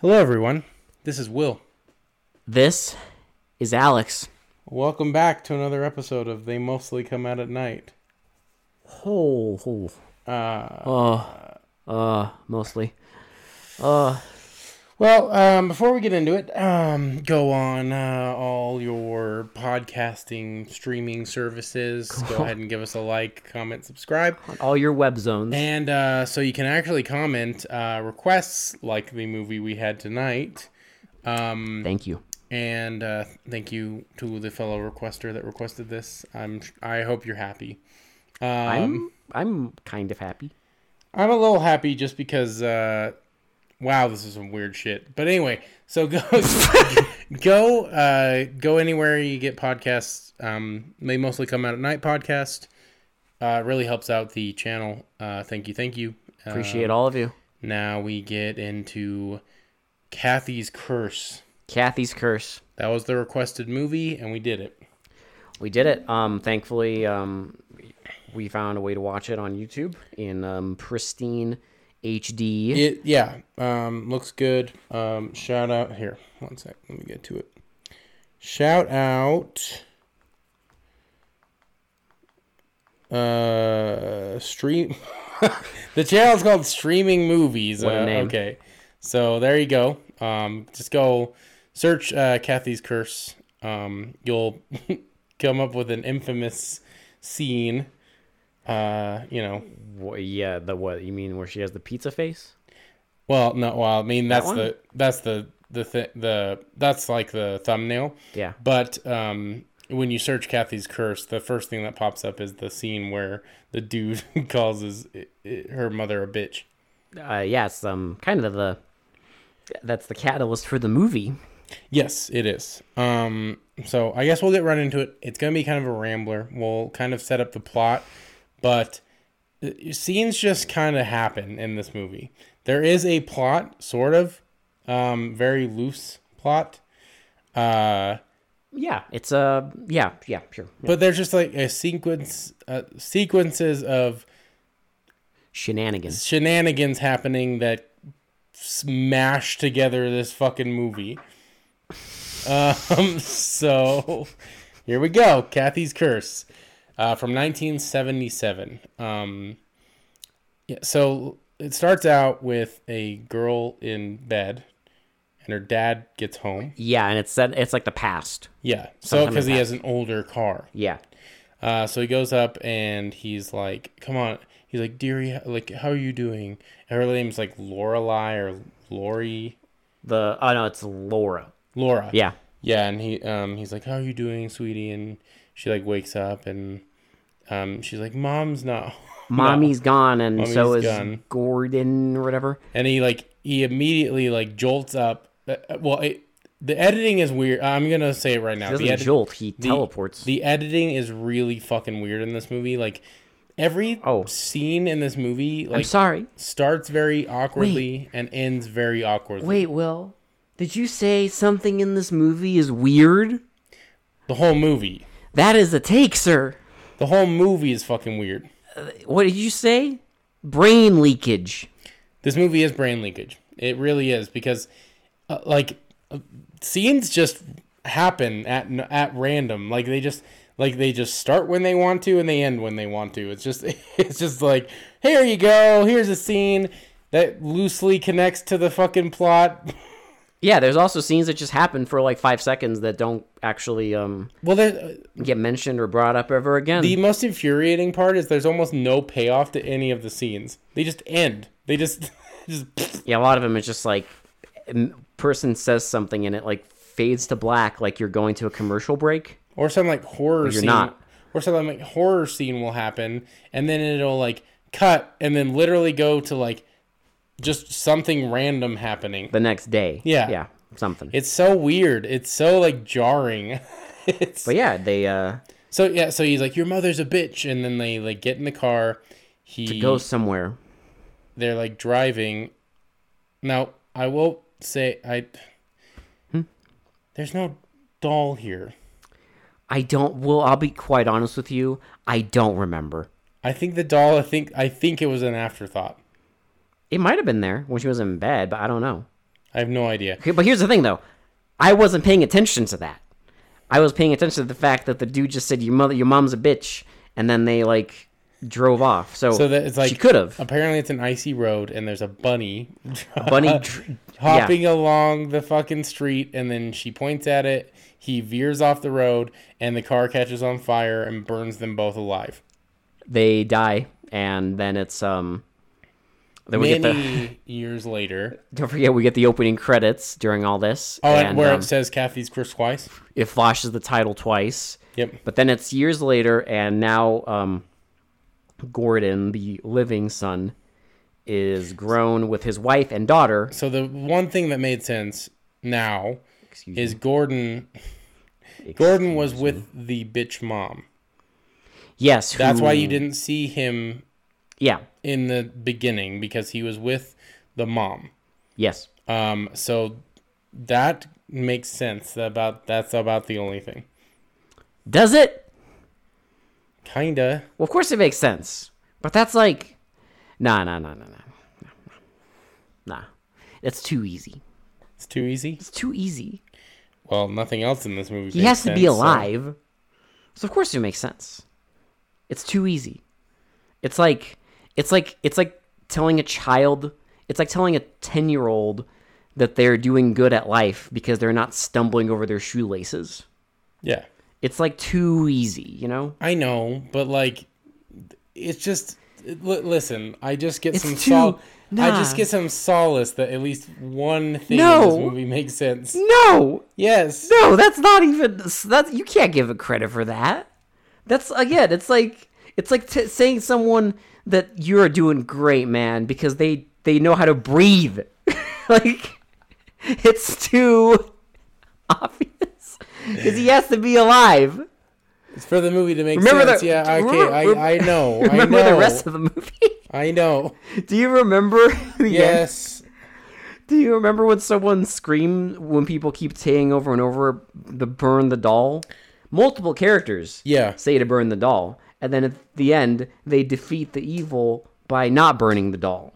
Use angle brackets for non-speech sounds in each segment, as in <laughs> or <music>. Hello, everyone. This is Will. This is Alex. Welcome back to another episode of They Mostly Come Out at Night. Ho ho. Uh, Uh, uh, mostly. well, um, before we get into it, um, go on uh, all your podcasting streaming services. Go ahead and give us a like, comment, subscribe. On all your web zones. And uh, so you can actually comment uh, requests like the movie we had tonight. Um, Thank you. and uh, thank you to the fellow requester that requested this. I'm, I hope you're happy. Um, I'm I'm kind of happy. I'm a little happy just because. Uh, wow, this is some weird shit. But anyway, so go <laughs> go uh, go anywhere you get podcasts. Um, they mostly come out at night. Podcast uh, really helps out the channel. Uh, thank you, thank you. Uh, Appreciate all of you. Now we get into Kathy's Curse. Kathy's curse. That was the requested movie, and we did it. We did it. Um, thankfully, um, we found a way to watch it on YouTube in um pristine HD. It yeah, um, looks good. Um, shout out here. One sec, let me get to it. Shout out. Uh, stream. <laughs> the channel's called Streaming Movies. What a Uh, name. Okay, so there you go. Um, just go search uh, Kathy's Curse. Um, you'll <laughs> come up with an infamous scene. Uh, you know, Wha- yeah, the what you mean where she has the pizza face? Well, no, well, I mean that's one? the that's the the thi- the that's like the thumbnail. Yeah. But um, when you search Kathy's curse, the first thing that pops up is the scene where the dude <laughs> calls his i i her mother a bitch. Uh, yeah, it's um kind of the that's the catalyst for the movie. Yes, it is. Um, so I guess we'll get right into it. It's gonna be kind of a rambler. We'll kind of set up the plot, but uh, scenes just kind of happen in this movie. There is a plot, sort of, um, very loose plot. Uh, Yeah, it's uh yeah, yeah, sure. but there's just like a sequence uh, sequences of Shenanigans. shenanigans happening that smash together this fucking movie um <laughs> so here we go kathy's curse uh, from 1977 um yeah so it starts out with a girl in bed and her dad gets home Yeah, and it's said it's like the past. yeah so Sometime in because he that. has an older car Yeah. Uh, so he goes up and he's like, "Come on." He's like, "Dearie, h- like, how are you doing?" And her name's like Lorelai or Lori, The oh no, it's Laura. Laura. Yeah. Yeah, and he um he's like, "How are you doing, sweetie?" And she like wakes up and um she's like, "Mom's not." <laughs> Mommy's gone and so Mommy's is gone. Gordon or whatever. And he like he immediately like jolts up. Uh, uh, Well, it, the editing is weird. I'm gonna say it right now. He doesn't The edit- jolt, he teleports. The editing is really fucking weird in this movie. Like every Oh. scene in this movie, I'm like sorry. starts very awkwardly and ends very awkwardly. Wait, Will. Did you say something in this movie is weird? The whole movie. That is a take, sir. The whole movie is fucking weird. What did you say? Brain leakage. This movie is brain leakage. It really is because, uh, like, uh, scenes just happen at n- at random. Like they just like they just start when they want to and they end when they want to. It's just <laughs> it's just like here you go. Here's a scene that loosely connects to the fucking plot. Yeah, there's also scenes that just happen for like five seconds that don't actually um Well, there, get mentioned or brought up ever again. The most infuriating part is there's almost no payoff to any of the scenes. They just end. They just <laughs> just <sniffs> yeah, a lot of them is just like m- person says something and it like fades to black, like you're going to a commercial break. or some like horror you're scene not. or some like horror scene will happen and then it'll like cut and then literally go to like just something random happening. the next day. Yeah. Yeah. Something. It's so weird. It's so like jarring. <laughs> it's but yeah, they uh so yeah, so he's like your mother's a bitch and then they like get in the car. He go somewhere. they're like driving. Now I will say I Hmm? there's no doll here. I don't well, I'll be quite honest with you, I don't remember. I think the doll. I think I think it was an afterthought. It might have been there when she was in bed, but I don't know. I have no idea. Okay, But here's the thing, though. I wasn't paying attention to that. I was paying attention to the fact that the dude just said your mother, your mom's a bitch, and then they like drove off. So, So that it's like she could have Apparently, it's an icy road, and there's a bunny <laughs> bunny. Dr- hopping along the fucking street, and then she points at it. He veers off the road, and the car catches on fire and burns them both alive. they die, and then it's um. Then we Many get the years later, <laughs> don't forget we get the opening credits during all this. oh, and, where um, it says Kathy's Chris twice. it flashes the title twice. Yep. But then it's years later, and now um, Gordon, the living son, is grown with his wife and daughter. So the one thing that made sense now Excuse is Gordon. me. Gordon was with the bitch mom. Yes, That's why who- you didn't see him Yeah. in the beginning because he was with the mom. Yes. Um, so that makes sense. About that's about the only thing. Does it? Kinda. Well, of course it makes sense. But that's like, nah, nah, nah, nah, nah, nah. It's too easy. It's too easy. It's too easy. Well, nothing else in this movie. He has to be alive, so. of course it makes sense. It's too easy. It's like, it's like, it's like telling a child. It's like telling a ten-year-old that they're doing good at life because they're not stumbling over their shoelaces. Yeah, It's like too easy, you know. I know, but like, it's just. L- listen, I just get It's some too- sol- I nah. just get some solace that at least one thing in this No. movie makes sense. No, Yes. No, that's not even that. You can't give it credit for that. That's again, it's like it's like t- saying someone that you're doing great, man, because they they know how to breathe. <laughs> like it's too obvious because he has to be alive. It's for the movie to make Remember sense. the- yeah, okay, remember- I, I <laughs> know. I Remember know. the rest of the movie? <laughs> I know. Do you remember? <laughs> The end? Yes. Do you remember when someone screamed when people keep saying over and over the burn the doll? Multiple characters. Yeah. say to burn the doll, and then at the end they defeat the evil by not burning the doll.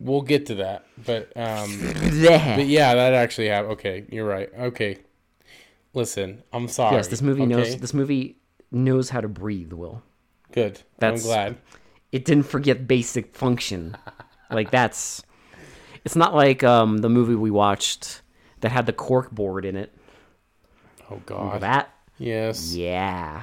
We'll get to that. But um Bleh. yeah, that actually happened. Okay, you're right. Okay. Listen, I'm sorry. Yes, this movie knows okay? this movie knows how to breathe, Will. Good. That's- I'm glad. It didn't forget basic function. like that's it's not like um the movie we watched that had the cork board in it. Oh god. That Yes. yeah.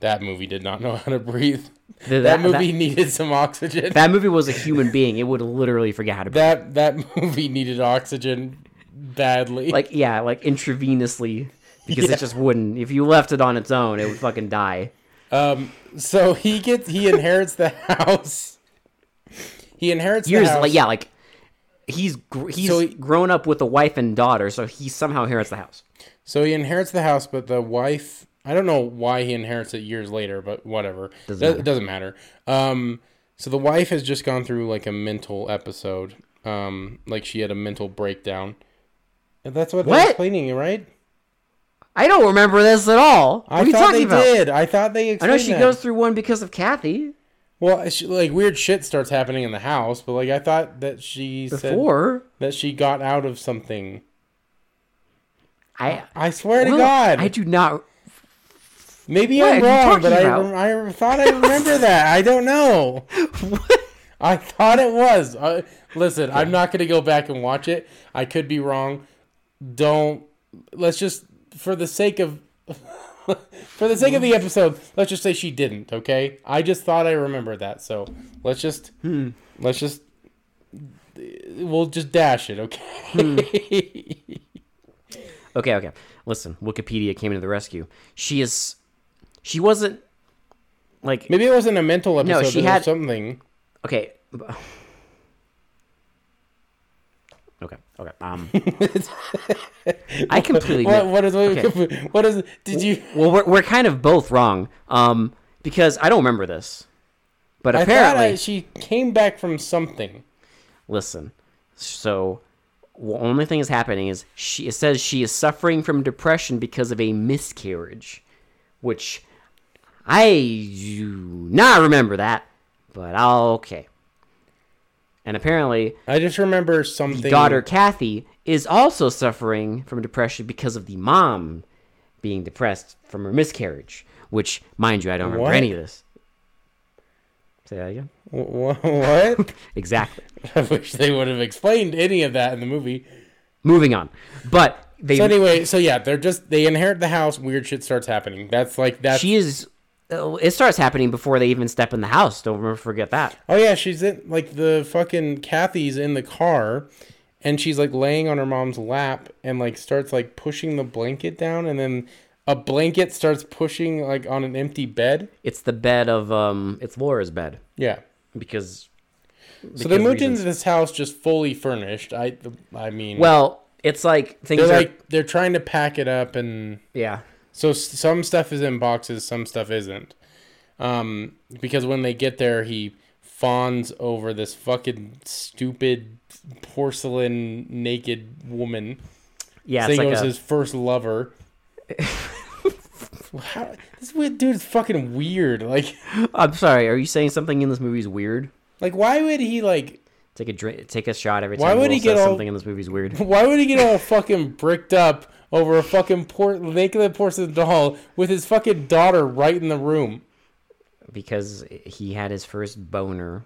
That movie did not know how to breathe. The- That, that, movie that, needed some oxygen. that movie was a human being. It would literally forget how to That breathe. <laughs> that movie needed oxygen badly. Like yeah, like intravenously because it just wouldn't. If you left it on its own, it would fucking die. Um, so he gets he inherits the house. He inherits years the house. like yeah like he's gr- he's So he- grown up with a wife and daughter so he somehow inherits the house So he inherits the house, but the wife. I don't know why he inherits it years later, but whatever. Doesn't Doesn't matter. it doesn't matter. Um, so the wife has just gone through like a mental episode. Um, like she had a mental breakdown. And that's what, they're What? explaining, it, right? i don't remember this at all what I are you thought talking they about did. I thought they. i Explained know she that. goes through one because of kathy Well, she, like weird shit starts happening in the house, but like I thought that she said before that she got out of something. i I swear to Well, God, i do not Maybe I'm What are you wrong, talking but I, about? rem- I rem- thought I <laughs> remember that. I don't know. I thought it was. Uh, listen, I'm not going to go back and watch it. I could be wrong. Don't. Let's just, for the sake of. <laughs> For the sake of Hmm. the episode, let's just say she didn't. Okay, I just thought I remembered that, so let's just Hmm. let's just we'll just dash it. Hmm. Okay, okay okay listen wikipedia came to the rescue she is she wasn't like <laughs> maybe it wasn't a mental episode. she but had- something. <laughs> okay <sighs> okay okay <laughs> um i completely What, what is what, <laughs> what is did you? Well, we're, we're kind of both wrong, um, because I don't remember this. But I thought apparently, I, she came back from something. listen. So, the only thing is happening is she it says she is suffering from depression because of a miscarriage, which I do not remember that. But I'll- okay, And apparently, I just remember something. daughter Kathy is also suffering from depression because of the mom being depressed from her miscarriage. Which, mind you, I don't remember What? any of this. Say that again. Wha- <laughs> What? Exactly. I wish they would have explained any of that in the movie. Moving on. But they So anyway, so yeah, they're just they inherit the house. Weird shit starts happening. That's like that's she is. oh, It starts happening before they even step in the house. Don't remember, forget that. Oh yeah, she's in like the fucking Kathy's in the car and she's like laying on her mom's lap and like starts like pushing the blanket down and then a blanket starts pushing like on an empty bed. It's the bed of um. It's Laura's bed Yeah. because. So they because moved reasons. into this house just fully furnished. I I mean Well, it's like things they're are like they're trying to pack it up and yeah. so s- some stuff is in boxes, some stuff isn't. Um because when they get there he fawns over this fucking stupid porcelain naked woman. Yeah, it's saying like it was a- his first <laughs> lover. How, this weird dude is fucking weird. Like, I'm sorry. Are you saying something in this movie is weird? like why would he like? Take a drink. Take a shot every time. Why would Will he get says all- something in this movie is weird? <laughs> Why would he get all fucking bricked up over a fucking por- naked porcelain doll with his fucking daughter right in the room? Because he had his first boner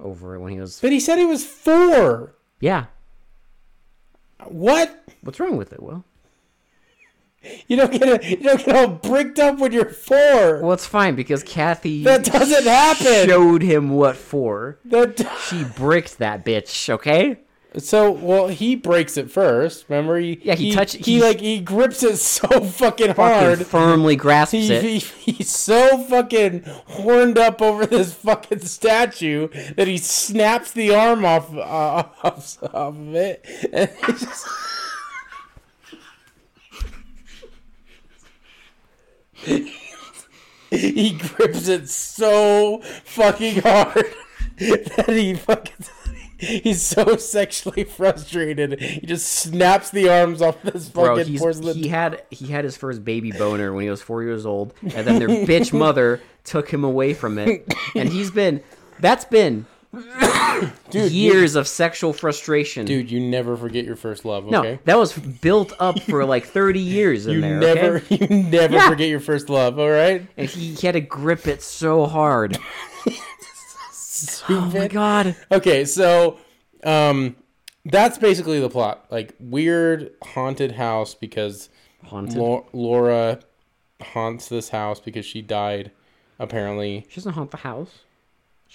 over it when he was. But he said he was four. Yeah. What? What's wrong with it? Well, You don't get a, you don't get all bricked up when you're four. well, it's fine because <laughs> Kathy That doesn't happen. showed him what for. That do- She bricked that bitch. Okay. So well, he breaks it first. Remember, he Yeah, he touch- he, he- like he grips it so fucking hard. Fucking firmly grasps He, it. he, he's so fucking horned up over this fucking statue that he snaps the arm off uh, off, off of it, and he just <laughs> he grips it so fucking hard that he fucking he's so sexually frustrated he just snaps the arms off this Bro, fucking he's, porcelain he had he had his first baby boner when he was four years old, and then <laughs> their bitch mother took him away from it, and he's been that's been <coughs> dude you- years of sexual frustration. Dude, you never forget your first love, no, okay? that was built up for <laughs> like thirty years in You there. never <laughs> okay? you never Yeah. Oh forget your first love, all right? and he had to grip it so hard. Oh my Stupid. god! Okay, so um that's basically the plot. Like weird haunted house because Haunted. Lau- Laura haunts this house because she died apparently. She doesn't haunt the house.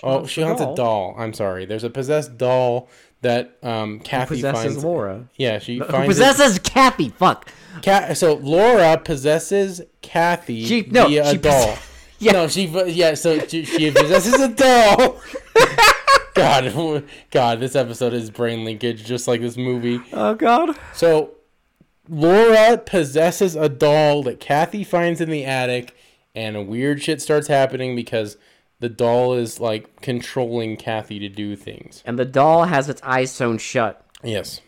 Oh, she the haunts a doll. I'm sorry. There's a possessed doll that um Kathy Possesses finds Laura. Yeah, she Who finds possess- possesses Kathy? Fuck. Ca- so Laura possesses Kathy She- no, via she a doll. possess- <laughs> Yeah. No, she yeah. So she, she possesses a doll. God, <laughs> God, this episode is brain linkage, just like this movie. Oh god. So Laura possesses a doll that Kathy finds in the attic, and weird shit starts happening because the doll is like controlling Kathy to do things. And the doll has its eyes sewn shut. Yes,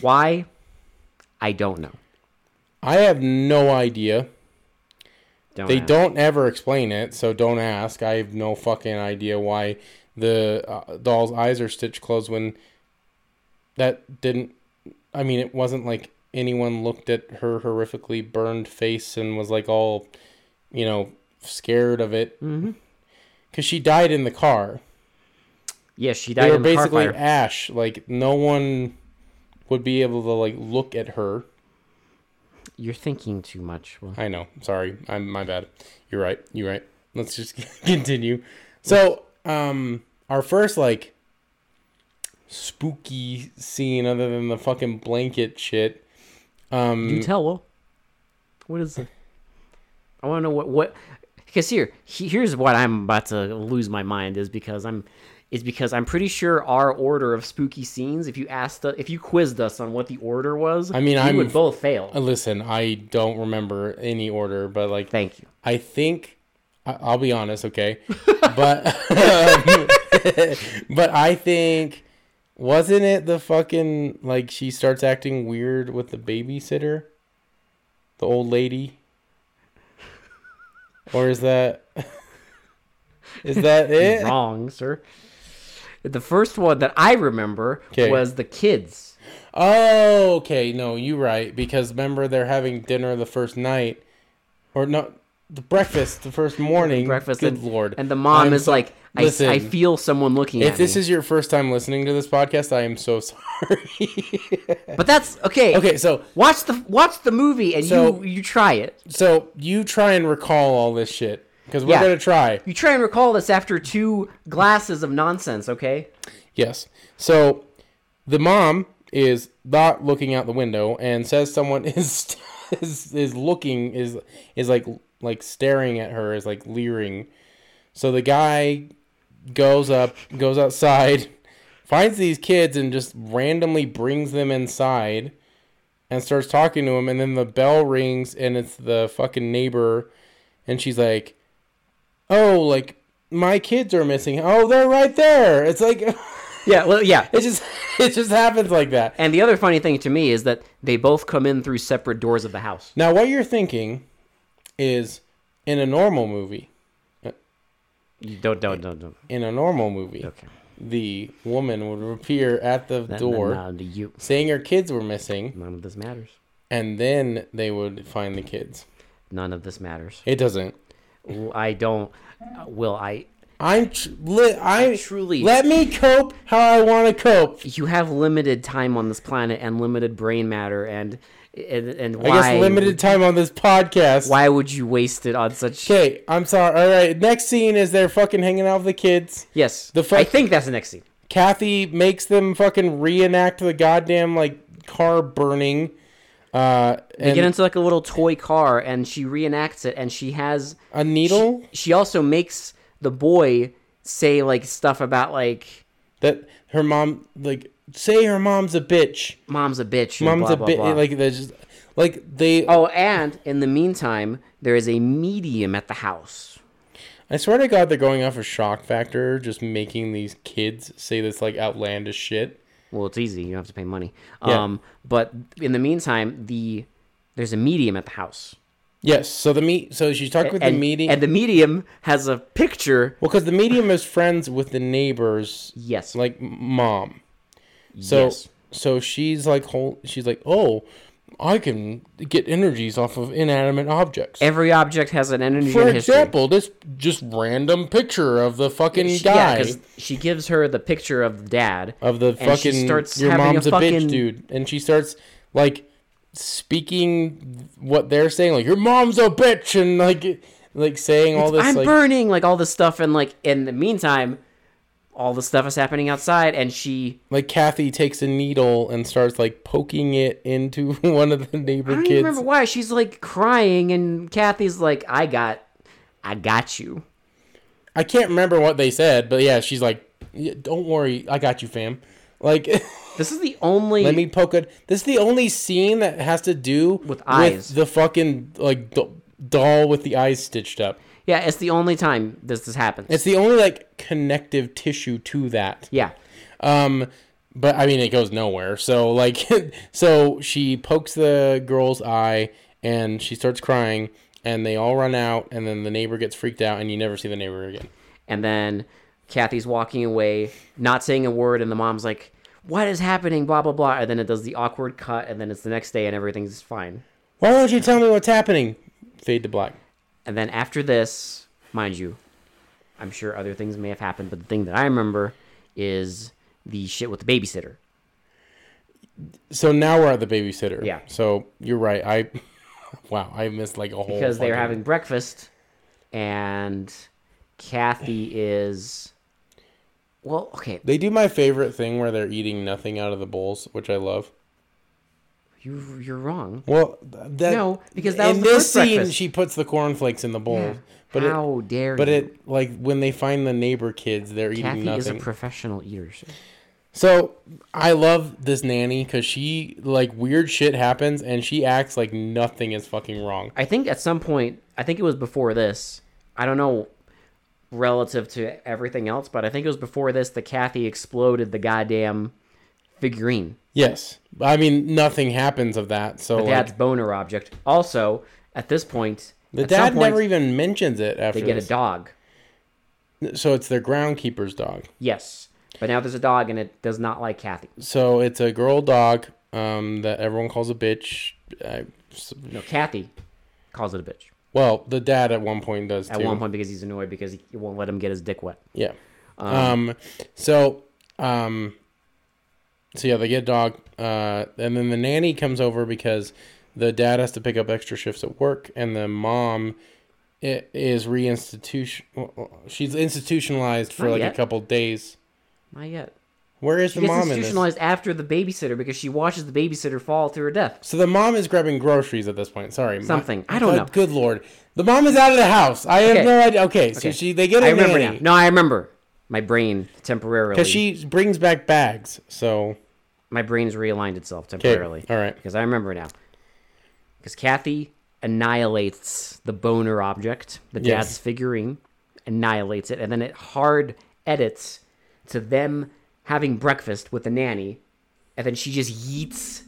Why? I don't know. I have no idea. Don't They ask. don't ever explain it, so don't ask. I have no fucking idea why the uh, doll's eyes are stitched closed when that didn't. I mean, it wasn't like anyone looked at her horrifically burned face and was like all, you know, scared of it. Because Mm-hmm. she died in the car. Yeah, she They died were in the car basically fire. ash. Like, no one would be able to, like, look at her. You're thinking too much. Well, I know. Sorry. I'm my bad. You're right. You're right. Let's just <laughs> continue. So, um our first like spooky scene other than the fucking blanket shit. you tell. Well, what is it? I want to know what what. Because here, he- here's what I'm about to lose my mind is because I'm, is because I'm pretty sure our order of spooky scenes. If you asked, us, if you quizzed us on what the order was, I mean, we I'm- would both fail. Uh, Listen, I don't remember any order, but like Thank you. I think I- I'll be honest, <laughs> okay? but um, <laughs> but I think wasn't it the fucking like she starts acting weird with the babysitter? The old lady? Or <laughs> is that Is that it? Wrong, sir. The first one that I remember 'Kay. was the kids. Oh, okay. No, you're right. Because remember, they're having dinner the first night, or no, the breakfast the first morning. Breakfast. Mm, Good and, lord. And the mom I'm is so- like, I, Listen, I feel someone looking if at this me. is your first time listening to this podcast, I am so <laughs> sorry. <laughs> but that's okay. okay, so Watch the watch the movie and So- you you try it. so you try and recall all this shit because we're Yeah. gonna try. You try and recall this after two glasses of nonsense, okay? Yes. So the mom is not looking out the window and says someone <laughs> is is, is looking is is like like staring at her is like leering. So the guy goes up, goes outside, <laughs> finds these kids and just randomly brings them inside and starts talking to him and then the bell rings and it's the fucking neighbor and she's like oh like my kids are missing oh they're right there it's like <laughs> Yeah, well, yeah. it just <laughs> it just happens like that. And the other funny thing to me is that they both come in through separate doors of the house. Now what you're thinking is in a normal movie, You don't, don't, don't, don't. in a normal movie, Okay. the woman would appear at the That, door None of you. saying her kids were missing None of this matters. and then they would find the kids. None of this matters. It doesn't. Well, I don't. uh, Will I? I'm tr- li- I Truly, let me cope how I want to cope. you have limited time on this planet and limited brain matter, and and and I why? guess limited time on this podcast. Why would you waste it on such? Okay, I'm sorry. All right, next scene is they're fucking hanging out with the kids. Yes, The fuck- I think that's the next scene. Kathy makes them fucking reenact the goddamn like car burning. Uh, They get and into like a little toy car, and she reenacts it, and she has a needle she also makes the boy say like stuff about like that her mom like say her mom's a bitch. mom's a bitch. And Mom's blah, a blah, bitch. blah. Like they just like they. oh, and in the meantime, there is a medium at the house. I swear to God, they're going off a shock factor, just making these kids say this like outlandish shit. Well, it's easy. You don't have to pay money. Yeah. Um, but in the meantime, the there's a medium at the house, Yes. So the meet. So she's talking with and the medium. and the medium has a picture. well, because the medium is friends with the neighbors, Yes, like like m- mom. So Yes. so she's like whole she's like, "Oh, I can get energies off of inanimate objects." every object has an energy For and history. example, this just random picture of the fucking She- guy 'cause she gives her the picture of the dad. of the and she fucking starts your having a mom's a, fucking- bitch dude and she starts like speaking what they're saying like your mom's a bitch and like like saying all this I'm like burning, like all this stuff, and like in the meantime, all the stuff is happening outside, and she like Kathy takes a needle and starts like poking it into <laughs> one of the neighbor I don't kids. even remember why she's like crying, and Kathy's like, "I got, I got you." I can't remember what they said, but yeah, she's like, "Yeah, "Don't worry, I got you, fam." Like, <laughs> This is the only let me poke it. This is the only scene that has to do With eyes. the fucking like do- doll with the eyes stitched up. Yeah, it's the only time this this happens. It's the only like connective tissue to that. yeah, Um, but I mean, it goes nowhere. So like, <laughs> so she pokes the girl's eye, and she starts crying, and they all run out, and then the neighbor gets freaked out, and you never see the neighbor again. and then Kathy's walking away, not saying a word, and the mom's like, "What is happening?" Blah blah blah, and then it does the awkward cut, and then it's the next day, and everything's fine. Why don't you tell me what's happening? Fade to black. And then after this, mind you, I'm sure other things may have happened, but the thing that I remember is the shit with the babysitter. Oh, So now we're at the babysitter. Yeah. So you're right. I <laughs> wow, I missed like a whole because they're fucking- having breakfast and Kathy is well, okay, They do my favorite thing where they're eating nothing out of the bowls, which I love. you you're wrong. Well, th- that No, because that in was the this first scene breakfast. she puts the cornflakes in the bowl, Oh, but it How dare but you? it like when they find the neighbor kids, they're Kathy eating is a nothing. professional eater. sir. so I love this nanny because she like weird shit happens and she acts like nothing is fucking wrong. I think at some point, I think it was before this. I don't know relative to everything else, but I think it was before this that Kathy exploded the goddamn figurine. Yes, I mean nothing happens of that. So like, Dad's boner object. Also, at this point, the dad never even mentions it after they get a this. dog. So it's their groundkeeper's dog. Yes. But now there's a dog and it does not like Kathy. So it's a girl dog um, that everyone calls a bitch. I, No, Kathy calls it a bitch well, the dad at one point does at too. one point because he's annoyed because he he won't let him get his dick wet. Yeah. Um, so um so yeah, they get a dog, uh, and then the nanny comes over because the dad has to pick up extra shifts at work, and the mom i- is reinstitution. well, She's institutionalized for Not like yet. a couple days. Not yet. Where is the She gets mom in this? institutionalized after the babysitter because she watches the babysitter fall to her death. So the mom is grabbing groceries at this point. Sorry, my- Something. I God- don't know. Good lord, the mom is out of the house. I have Okay. no idea. Okay, so Okay. she they get a I remember nanny now. No, I remember. My brain temporarily. 'cause she brings back bags. So my brain's realigned itself okay, temporarily. all right. Because I remember now. Because Kathy annihilates the boner object, the Yes. dad's figurine, annihilates it, and then it hard edits to them having breakfast with the nanny, and then she just yeets.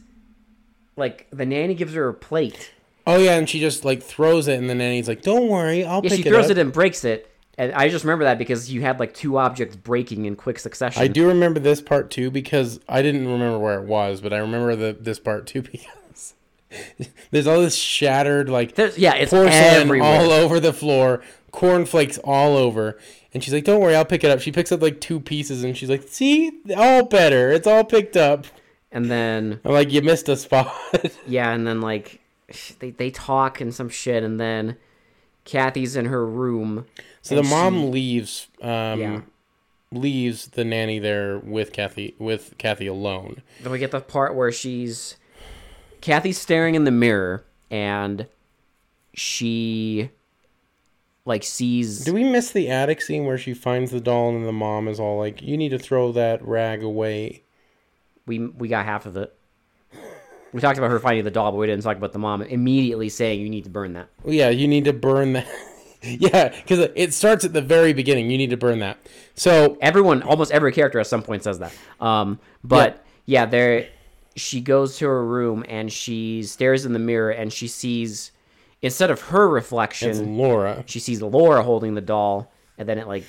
Like the nanny gives her a plate. Oh yeah, and she just like throws it, and the nanny's like, "Don't worry, I'll Yeah, pick she it throws up." it and breaks it. And I just remember that because you had like two objects breaking in quick succession. I do remember this part too because I didn't remember where it was, but I remember the this part too <laughs> because there's all this shattered like There's, yeah, it's porcelain everywhere. all over the floor, cornflakes all over, and she's like, "Don't worry, I'll pick it up." She picks up like two pieces, and she's like, "See, all better. It's all picked up." and then I'm like, "You missed a spot." <laughs> yeah, and then like they they talk and some shit, and then Kathy's in her room. so the mom leaves. Um, Yeah. Leaves the nanny there with Kathy with Kathy alone. Then we get the part where she's Kathy's staring in the mirror and she like sees Do we miss the attic scene where she finds the doll and the mom is all like, "You need to throw that rag away"? we we got half of it. We talked about her finding the doll, but we didn't talk about the mom immediately saying you need to burn that. Well, yeah, you need to burn that. <laughs> yeah, because it starts at the very beginning. You need to burn that. So everyone almost every character at some point says that um but yeah, there she goes to her room and she stares in the mirror and she sees instead of her reflection it's Laura. she sees Laura holding the doll and then it like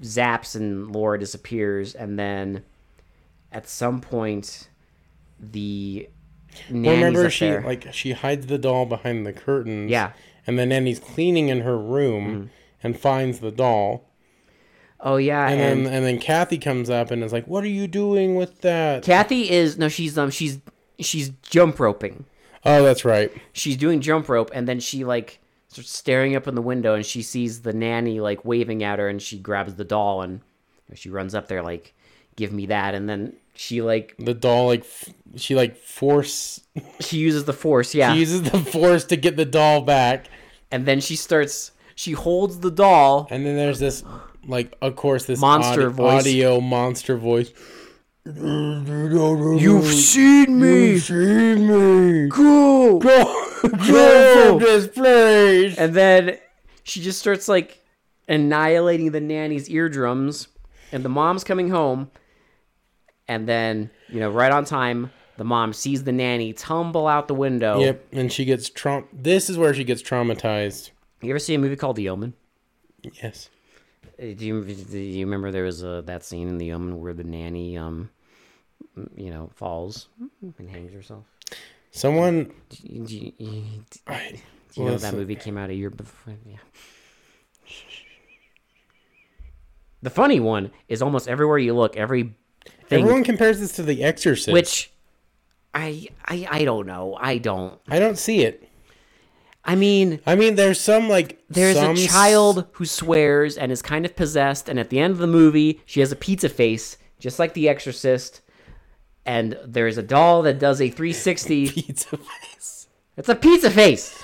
zaps and Laura disappears and then at some point the Well, nanny's remember, up she there. like she hides the doll behind the curtains. Yeah. Mm-hmm. and then Nanny's cleaning in her room and finds the doll, oh yeah and, and, then and then Kathy comes up and is like, "What are you doing with that?" Kathy is no she's um she's she's jump roping oh, that's right. she's doing jump rope and then she like starts staring up in the window and she sees the nanny like waving at her and she grabs the doll and you know, she runs up there like give me that and then she like The doll like f- she like force she uses the force <laughs> yeah uses the force to get the doll back. and then she starts she holds the doll And then there's this, like, of course, this Monster audi- voice. audio monster voice. You've <laughs> you've seen me seen me. go Go, <laughs> go from this place. and then she just starts like annihilating the nanny's eardrums and the mom's coming home and then you know right on time the mom sees the nanny tumble out the window Yep, and she gets traum. This is where she gets traumatized. you ever see a movie called the omen Yes. Uh, do you, do you remember there was a, that scene in the omen where the nanny um you know falls and hangs herself Someone. do you, do you- do you I, know that listen, movie came out a year before yeah the funny one is almost everywhere you look every thing Everyone compares this to The Exorcist. which I, I i don't know i don't I don't see it. i mean I mean, there's some like there's some a s- <laughs> child who swears and is kind of possessed and at the end of the movie she has a pizza face just like the exorcist and there's a doll that does <laughs> a 360 pizza face. it's a pizza face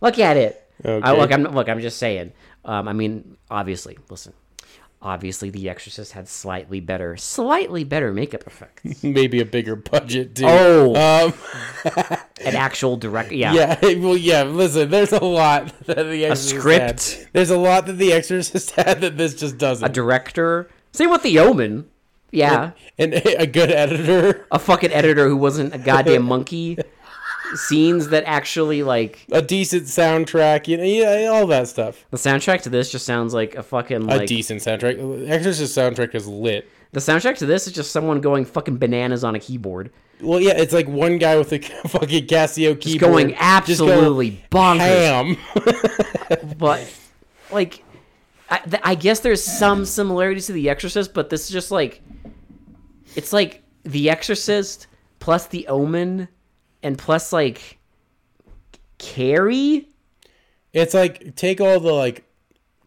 look at it I, Okay. look i'm look i'm just saying um, i mean obviously listen obviously the exorcist had slightly better slightly better makeup <laughs> <laughs> effects Maybe a bigger budget too. oh Um. an actual direct yeah, Yeah, <laughs> well, yeah. Listen, there's a lot <laughs> that the Exorcist script. Had. There's a lot that the Exorcist <laughs> had that this just doesn't. director same with the omen yeah and <laughs> a good editor. <laughs> a fucking editor who wasn't a goddamn monkey. scenes that actually like a decent soundtrack, you know, yeah, all that stuff. the soundtrack to this just sounds like a fucking A like decent soundtrack. Exorcist soundtrack is lit. the soundtrack to this is just someone going fucking bananas on a keyboard. Well, yeah, it's like one guy with a <laughs> fucking Casio keyboard going absolutely bonkers. ham. <laughs> But like I, th- I guess there's some similarities to The Exorcist, but this is just like it's like The Exorcist plus The Omen and plus like Carrie. it's like take all the like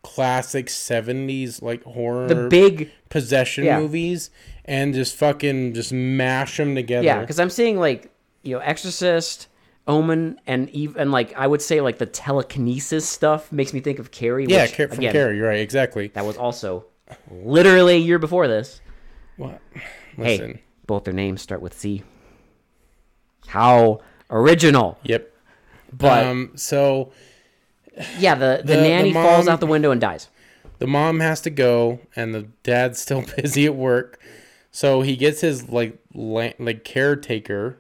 classic '70s like horror The big possession Yeah. movies and just fucking just mash them together. Yeah, because I'm seeing like you know Exorcist, Omen, and even and like I would say like the telekinesis stuff makes me think of Carrie. yeah, which, Car- from again, Carrie, you're right, exactly. That was also literally a year before this. What? Hey, Listen, both their names start with C. How original! yep. But um, so yeah, the the, the- the nanny falls mom- out the window and dies. the mom has to go and the dad's <laughs> still busy at work so he gets his like la- like caretaker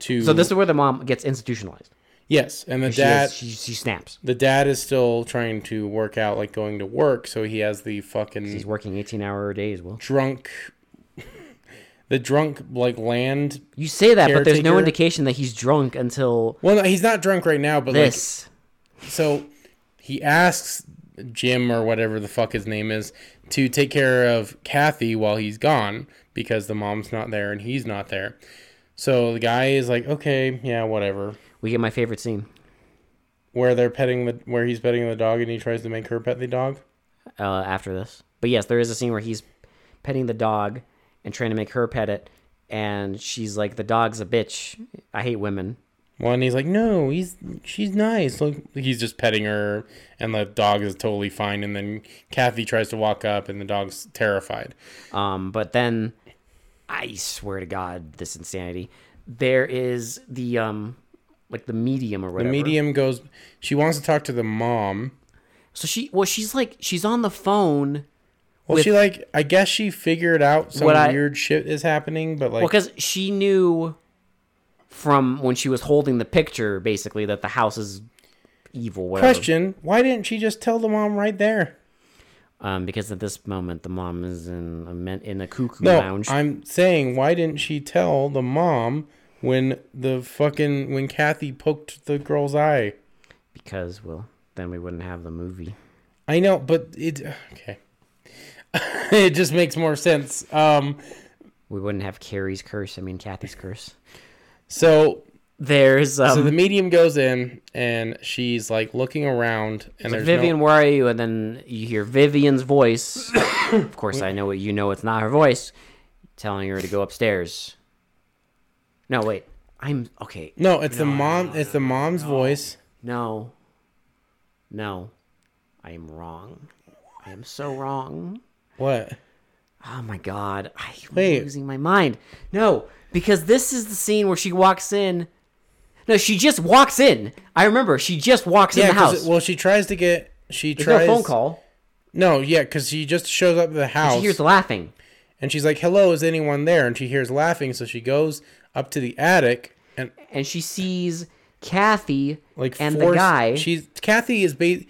to So this is where the mom gets institutionalized. yes and the She, dad is, she she snaps. the dad is still trying to work out like going to work so he has the fucking She's working eighteen hour days. Well, drunk <laughs> the drunk like land you say that, but there's no Caretaker? indication that he's drunk until well no, he's not drunk right now but this. like so he asks Jim or whatever the fuck his name is to take care of Kathy while he's gone because the mom's not there and he's not there. So the guy is like, okay, yeah, whatever. we get my favorite scene. Where they're petting the where he's petting the dog and he tries to make her pet the dog. uh, after this. But yes, there is a scene where he's petting the dog and trying to make her pet it, and she's like, "The dog's a bitch. I hate women." Well, and he's like, no, he's she's nice. Like he's just petting her, and the dog is totally fine. And then Kathy tries to walk up, and the dog's terrified. Um, but then, I swear to God, this insanity. There is the um, like the medium or whatever. The medium goes. She wants to talk to the mom. So she, well, she's like, she's on the phone. Well, with- she like I guess she figured out some What I- weird shit is happening, but like Well, because she knew from when she was holding the picture, basically, that the house is evil. Whatever. question, why didn't she just tell the mom right there? Um, because at this moment, the mom is in a men- in a cuckoo No, lounge. I'm saying why didn't she tell the mom when the fucking when Kathy poked the girl's eye? Because, well, then we wouldn't have the movie. I know, but it okay. <laughs> it just makes more sense. Um We wouldn't have Carrie's curse. I mean, Kathy's curse. so <laughs> There's um, so the medium goes in and she's like looking around and there's no- Vivian, where are you? And then you hear Vivian's <coughs> voice. of course, I know you know it's not her voice, telling her to go upstairs. No, wait. I'm okay. no, it's the mom. it's the mom's voice. No. No. I am wrong. I am so wrong. What? Oh my god, I'm Wait. losing my mind. No, because this is the scene where she walks in. No, she just walks in. I remember she just walks in the 'cause- house. Well, she tries to get. She There's tries no phone call. No, yeah, because she just shows up at the She house hears laughing. and she's like, "Hello, is anyone there?" And she hears laughing, so she goes up to the attic and And she sees Kathy like and the force- guy. She's Kathy is ba-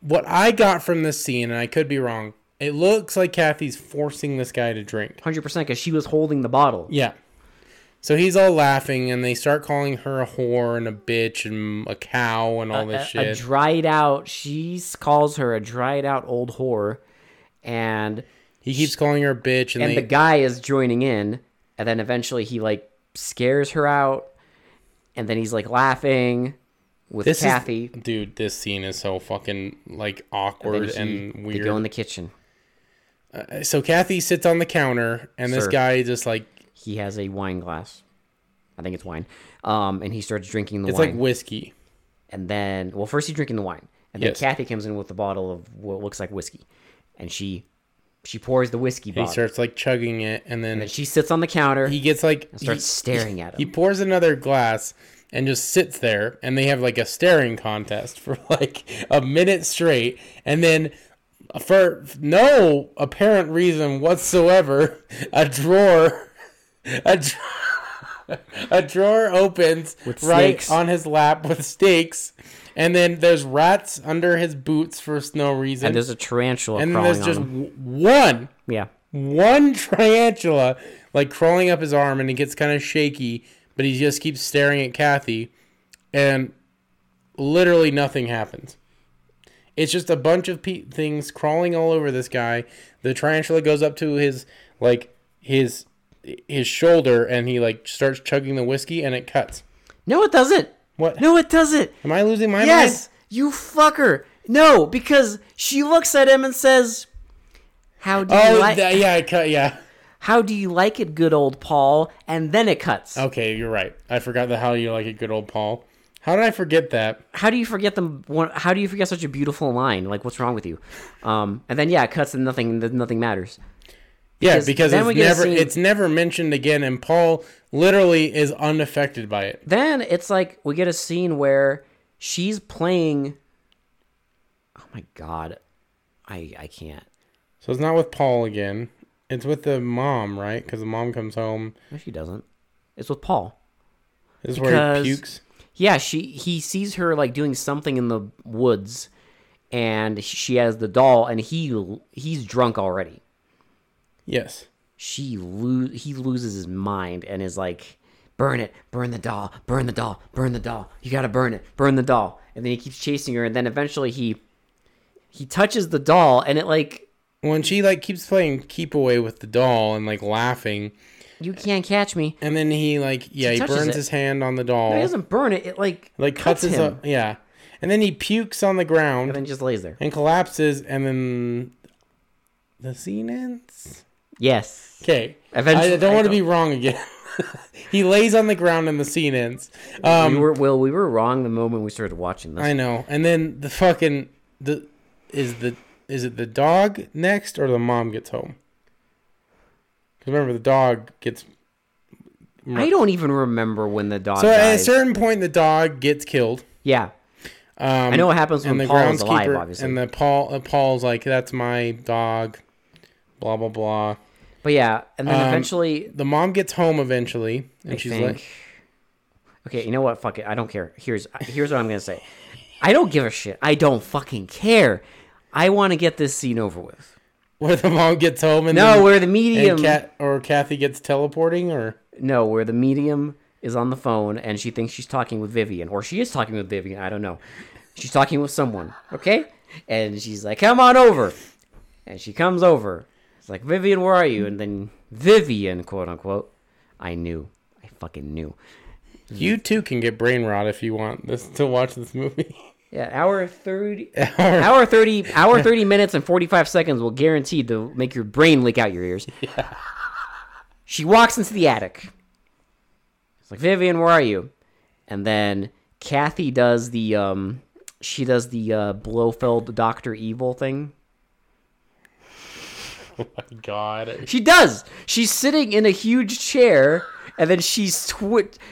what I got from this scene, and I could be wrong. It looks like Kathy's forcing this guy to drink. 100% because she was holding the bottle. Yeah. So he's all laughing, and they start calling her a whore and a bitch and a cow and all this a, a shit. dried out, she s- calls her a dried out old whore. And he keeps calling her a bitch, and, and they the guy is joining in and then eventually he like scares her out and then he's like laughing with This is- kathy dude, this scene is so fucking like Then awkward he- and weird. they go in the kitchen So Kathy sits on the counter, and this Sir. guy just like he has a wine glass i think it's wine um and he starts drinking the it's wine like whiskey. and then well first he's drinking the wine and Yes. then kathy comes in with a bottle of what looks like whiskey and she she pours the whiskey He bottle starts like chugging it, and then and she sits on the counter he gets like starts he- staring at him He pours another glass and just sits there, and they have like a staring contest <laughs> for like a minute straight, and then. For no <laughs> apparent reason whatsoever, a drawer, a, dr- <laughs> a drawer opens With right snakes. on his lap <laughs> with stakes, and then there's rats under his boots for no reason. and there's a tarantula And then crawling there's on just him. w- one, Yeah. one <laughs> tarantula like crawling up his arm, and he gets kind of shaky, but he just keeps staring at Kathy, and literally nothing happens. It's just a bunch of pe- things crawling all over this guy. The tarantula goes up to his like his his shoulder, and he like starts chugging the whiskey, and it cuts. No, it doesn't. What? No, it doesn't. Am I losing my Yes, you fucker. No, because she looks at him and says, "How do you mind? Oh, like? tha- yeah, I cut. Yeah. How do you like it, good old Paul?" And then it cuts. Okay, you're right. I forgot the how you like it, good old Paul. How did I forget that? How do you forget them? One, how do you forget such a beautiful line? Like, what's wrong with you? Um, and then yeah, it cuts and nothing. then Nothing matters. Yeah, Because because, then we it's get a never scene- it's never mentioned again, and Paul literally is unaffected by it. Then it's like we get a scene where she's playing. Oh my god, I I can't. So it's not with Paul again. It's with the mom, right? Because the mom comes home. No, she doesn't. It's with Paul. This is where he Because- pukes. Yeah, she he sees her like doing something in the woods, and she has the doll, and he he's drunk already. Yes. She lo- he loses his mind and is like, "Burn it, burn the doll, burn the doll, burn the doll. You gotta burn it, burn the doll." And then he keeps chasing her, and then eventually he he touches the doll, and it like When she like keeps playing keep away with the doll and like laughing, you can't catch me. and then he like yeah She he touches burns it. his hand on the doll, He doesn't burn it. It like like cuts, his him, yeah, and then he pukes on the ground and then just lays there. and collapses, and then the scene ends. Yes. Okay. Eventually- I don't I want to don't- be wrong again. <laughs> he lays on the ground and the scene ends. Um, we were Will. We were wrong the moment we started watching this. I know. And then the fucking the is the is it the dog next or the mom gets home? 'Cause remember the dog gets I don't even remember when the dog so at a dies. certain point the dog gets killed. yeah, Um, I know what happens when and the Paul is groundskeeper alive. Obviously, and the Paul uh, Paul's like that's my dog. Blah blah blah. but yeah, and then Um, eventually, The mom gets home eventually, and I she's think. like, <laughs> okay, you know what? Fuck it. I don't care. Here's here's what I'm gonna say. I don't give a shit. I don't fucking care. I want to get this scene over with. where the mom gets home and No, then- where the And medium. Kat or Kathy gets teleporting, or No, where the medium is on the phone and she thinks she's talking with Vivian, or she is talking with Vivian. I don't know. She's talking with someone, okay? And she's like, "Come on over," and she comes over. It's like, "Vivian, where are you?" And then Vivian, quote unquote, I knew, I fucking knew. you too can get brain rot if you want this to watch this movie. <laughs> Yeah, hour thirty, hour thirty, hour thirty minutes and forty five seconds will guaranteed to make your brain leak out your ears. She walks into the attic. It's like Vivian, where are you? And then Kathy does the um, she does the uh, Blofeld Doctor Evil thing. oh my god! She does. She's sitting in a huge chair, and then she's twit. <laughs>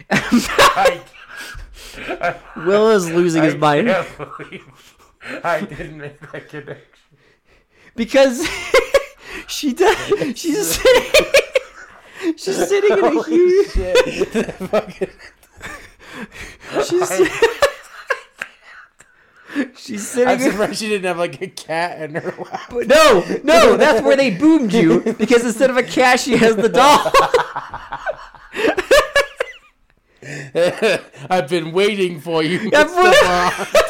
Will is losing his mind. I didn't make that connection. because <laughs> <laughs> she does. She's sitting. <laughs> she's sitting in a huge. She's. <laughs> she's I'm sitting. In, surprised she didn't have like a cat in her <laughs> lap. no, no, that's where they boomed you because instead of a cat, she has the doll. <laughs> I've been waiting for you. That's Mr. what- <laughs> Bond.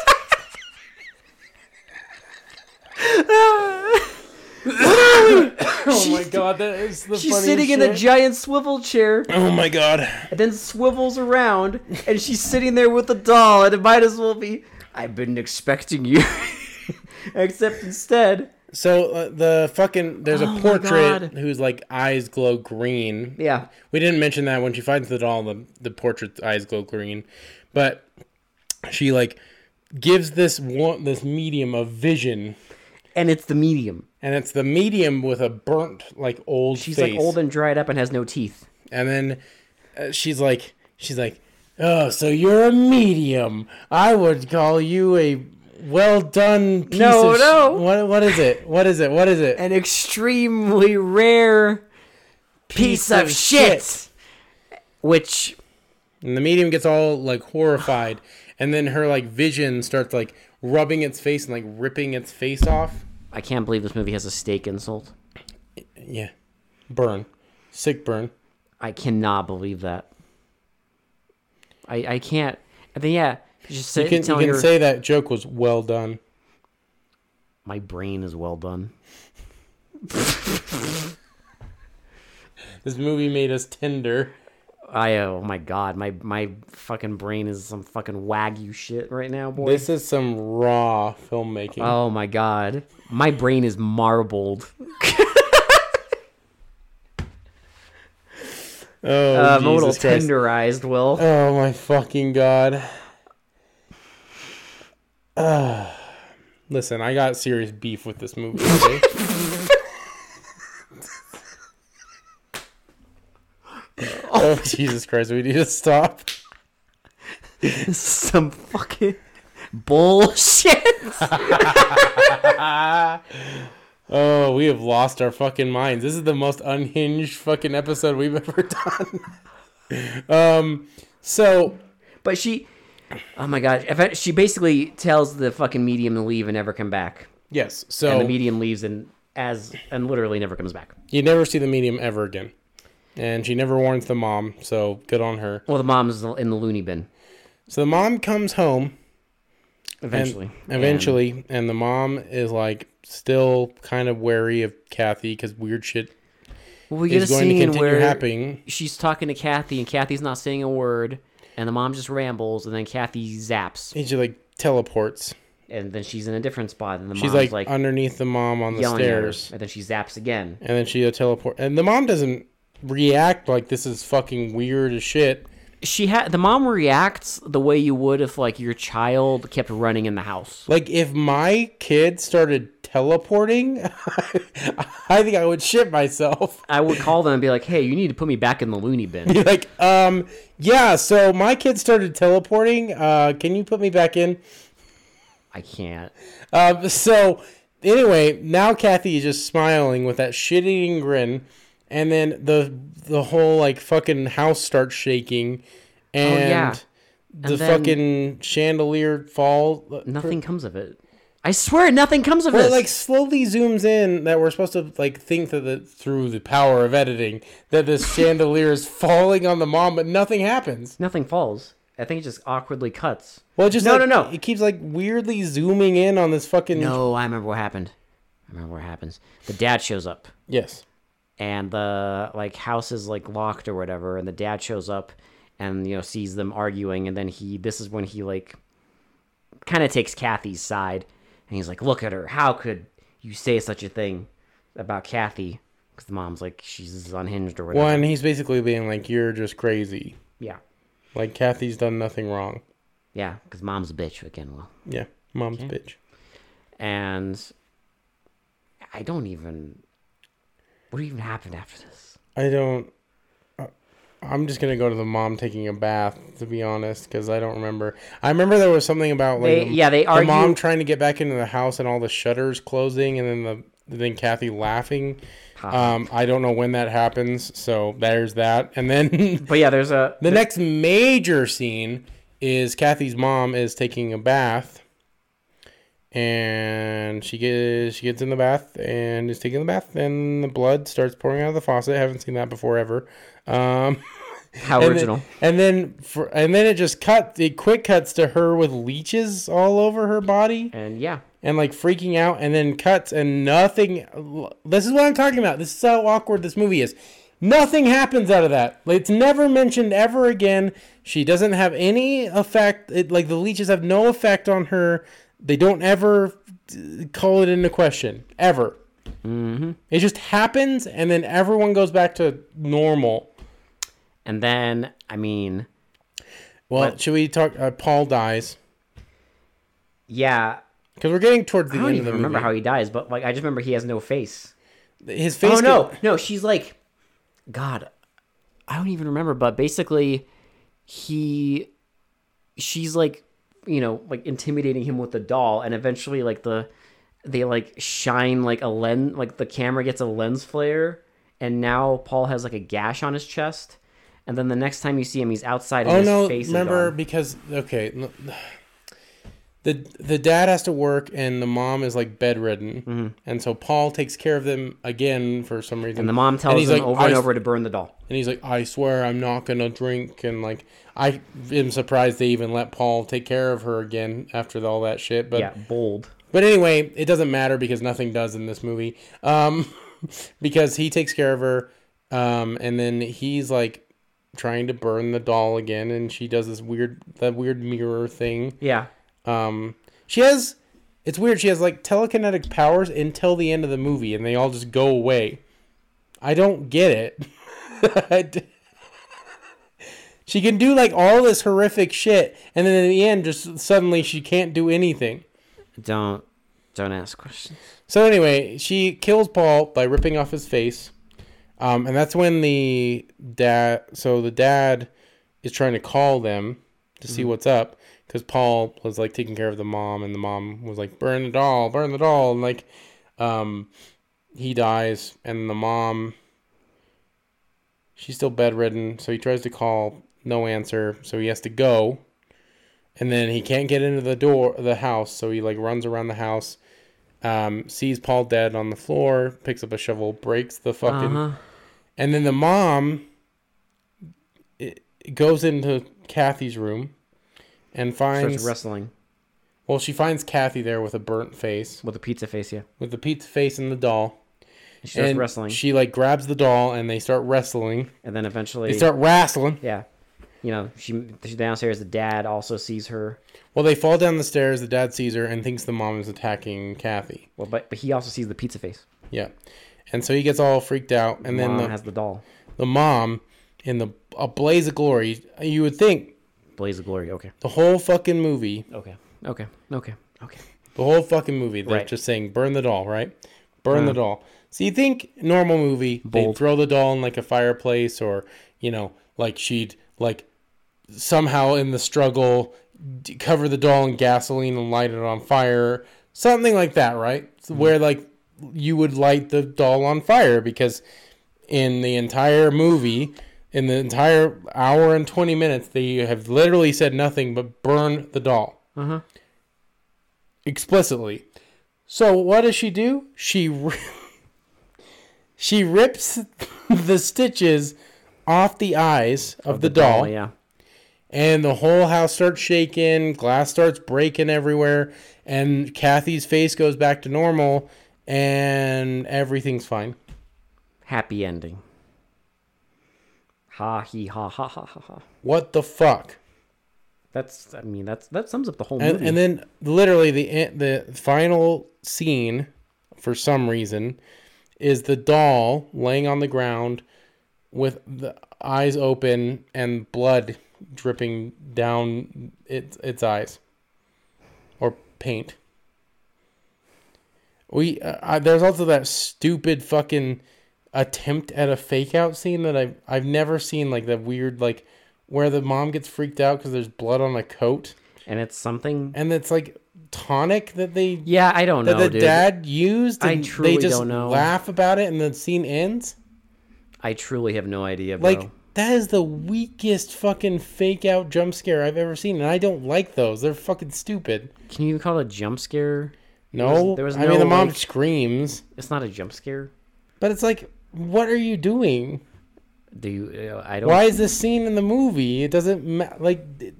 oh my god, that is the <laughs> she's funniest sitting in a shit. giant swivel chair oh my god. and then swivels around, and she's sitting there with the doll, and it might as well be. I've been expecting you, <laughs> except instead, So uh, the fucking there's Oh a my portrait God. whose like eyes glow green. yeah. We didn't mention that when she finds the doll, the the portrait's eyes glow green, but she like gives this one this medium a vision, and it's the medium. and it's the medium with a burnt like old She's face. like old and dried up and has no teeth. and then uh, she's like she's like oh so you're a medium i would call you a well done piece No, of sh- no. what, what is it what is it what is it An extremely rare piece, of, shit. Which And the medium gets all like <sighs> horrified, and then her like vision starts like rubbing its face and like ripping its face off. I can't believe this movie has a steak insult. Yeah, burn, sick burn. I cannot believe that. I I can't. And then yeah, just say, You can, you telling can her say that joke was well done. my brain is well done. This movie made us tender. I oh my god, my my fucking brain is some fucking wagyu shit right now, boy. This is some raw filmmaking. oh my god, my brain is marbled. oh, uh, I'm a little Jesus Christ. tenderized. Will <laughs> Oh my fucking god. Ah. <sighs> listen, I got serious beef with this movie. <laughs> Okay? oh Jesus Christ, we need to stop. This is some fucking bullshit. Oh, we have lost our fucking minds. This is the most unhinged fucking episode we've ever <laughs> done. um so but she, oh my god, In fact, she basically tells the fucking medium to leave and never come back. yes, so And the medium leaves and as and literally never comes back. you never see the medium ever again. And she never warns the mom, so good on her. Well, the mom's in the loony bin So the mom comes home eventually. And- Eventually, and, the mom is like still kind of wary of Kathy because weird shit well, we get a is going to scene continue where happening. she's talking to Kathy and Kathy's not saying a word, and the mom just rambles, and then Kathy zaps, And she like teleports. and then she's in a different spot, and the She's mom's like, like, underneath the mom on the yelling stairs, at her, and then she zaps again. and then she uh, teleport. And the mom doesn't react like this is fucking weird as shit. She had the mom reacts the way you would if like your child kept running in the house. Like if my kid started teleporting, <laughs> I think I would shit myself. <laughs> I would call them and be like, "Hey, you need to put me back in the loony <laughs> bin." Be like, um, yeah. So my kid started teleporting. Uh, can you put me back in? I can't. Um, so anyway, now Kathy is just smiling with that shit-eating grin, and then the the whole like fucking house starts shaking, and Oh, yeah. the then- fucking chandelier fall. Nothing comes of it. I swear, nothing comes of Well, it. it like slowly zooms in that we're supposed to like think that the, through the power of editing that <laughs> this chandelier is falling on the mom, but nothing happens. nothing falls. I think it just awkwardly cuts. Well, it just No, like, no, no. It keeps like weirdly zooming in on this fucking No, I remember what happened. I remember what happens. The dad shows up. yes. and the like house is like locked or whatever and the dad shows up and you know sees them arguing and then he this is when he like kind of takes Kathy's side and he's like look at her how could you say such a thing about Kathy cuz the mom's like she's unhinged or whatever One, he's basically being like, "You're just crazy." yeah Like Kathy's done nothing wrong. yeah cuz mom's a bitch again well Yeah, mom's bitch. and I don't even what even happened after this I don't. I- I'm just gonna go to the mom taking a bath to be honest, because I don't remember. I remember there was something about like They- the- yeah, they the mom argue- trying to get back into the house and all the shutters closing, and then the then Kathy laughing. Um, I don't know when that happens, so there's that. And then but yeah there's a the next major scene is Kathy's mom is taking a bath, and she gets she gets in the bath and is taking the bath, and the blood starts pouring out of the faucet. haven't seen that before ever. Um, how and original Then, and then for, and then it just cut it quick cuts to her with leeches all over her body and yeah and like freaking out and then cuts and nothing this is what i'm talking about this is how awkward this movie is nothing happens out of that Like, it's never mentioned ever again she doesn't have any effect it, like the leeches have no effect on her they don't ever uh, call it into question ever mm-hmm. it just happens and then everyone goes back to normal and then I mean well should we talk uh, paul dies yeah because we're getting towards the I don't end of even the remember movie how he dies, but like I just remember he has no face. his face oh no, could- no, she's like, God, I don't even remember. But basically, he, she's like, you know, like intimidating him with the doll, and eventually, like the, they like shine like a lens, like the camera gets a lens flare, and now Paul has like a gash on his chest, and then the next time you see him, he's outside. And Oh his no! face Remember Is gone. because okay, no, the the dad has to work and the mom is like bedridden, Mm-hmm. and so Paul takes care of them again for some reason. And the mom tells he's him like, over and "I- over to burn the doll. And he's like, I swear I'm not going to drink. And like, I am surprised they even let Paul take care of her again after all that shit. But, yeah, bold. but anyway, it doesn't matter because nothing does in this movie. Um, <laughs> because he takes care of her. Um, and then he's like trying to burn the doll again. And she does this weird, that weird mirror thing. Yeah. Um, she has, it's weird. She has like telekinetic powers until the end of the movie, and they all just go away. I don't get it. <laughs> I d- she can do like all this horrific shit, and then in the end, just suddenly she can't do anything. Don't don't ask questions. So anyway, she kills Paul by ripping off his face, um, and that's when the dad. So the dad is trying to call them to see what's up because Paul was like taking care of the mom, and the mom was like, "Burn the doll, burn the doll," and like, um, he dies, and the mom. She's still bedridden, so he tries to call, no answer, so he has to go. And then he can't get into the door, the house, so he like runs around the house um, sees Paul dead on the floor, picks up a shovel, breaks the fucking, Uh-huh. and then the mom it, goes into Kathy's room and Starts finds wrestling well, she finds Kathy there with a burnt face, with a pizza face. Yeah. with the pizza face and the doll, She starts and wrestling, She like grabs the doll and they start wrestling. and then eventually, They start wrestling. yeah. You know, she, she downstairs. The dad also sees her. Well, they fall down the stairs. The dad sees her and thinks the mom is attacking Kathy. Well, but, but he also sees the pizza face. Yeah, and so he gets all freaked out. And then Mom the, has the doll. the mom in the a blaze of glory. You would think Blaze of glory. Okay. The whole fucking movie, Okay. Okay. Okay. Okay. the whole fucking movie, they're Right. just saying burn the doll, right? Burn the Uh. doll. So you think normal movie, they Bold. throw the doll in like a fireplace or, you know, like she'd like somehow in the struggle d- cover the doll in gasoline and light it on fire, something like that, right? Mm-hmm. So Where like you would light the doll on fire because in the entire movie, in the entire hour and 20 minutes, they have literally said nothing but burn the doll Uh huh. explicitly. So what does she do? She ri- <laughs> she rips <laughs> the stitches off the eyes of, the, doll, yeah. and the whole house starts shaking. Glass starts breaking everywhere, and Kathy's face goes back to normal, and everything's fine. Happy ending. Ha he ha ha ha ha ha. What the fuck? That's I mean that's that sums up the whole And, movie. and then literally the en- the final scene, for some reason, is the doll laying on the ground with the eyes open and blood dripping down its its eyes, or paint. We uh, I, there's also that stupid fucking attempt at a fake out scene that I've I've never seen like that weird like where the mom gets freaked out because there's blood on a coat and it's something. and it's like tonic that they Yeah, I don't that know, the dude. dad used. I And truly they just don't know. laugh about it, and the scene ends. I truly have no idea, bro. Like that is the weakest fucking fake out jump scare I've ever seen, and I don't like those. They're fucking stupid. Can you even call it a jump scare? No, there was I mean no, the mom like- screams, It's not a jump scare. but it's like, what are you doing? Do you? Uh, I don't. Why is this scene in the movie? It doesn't ma- like th-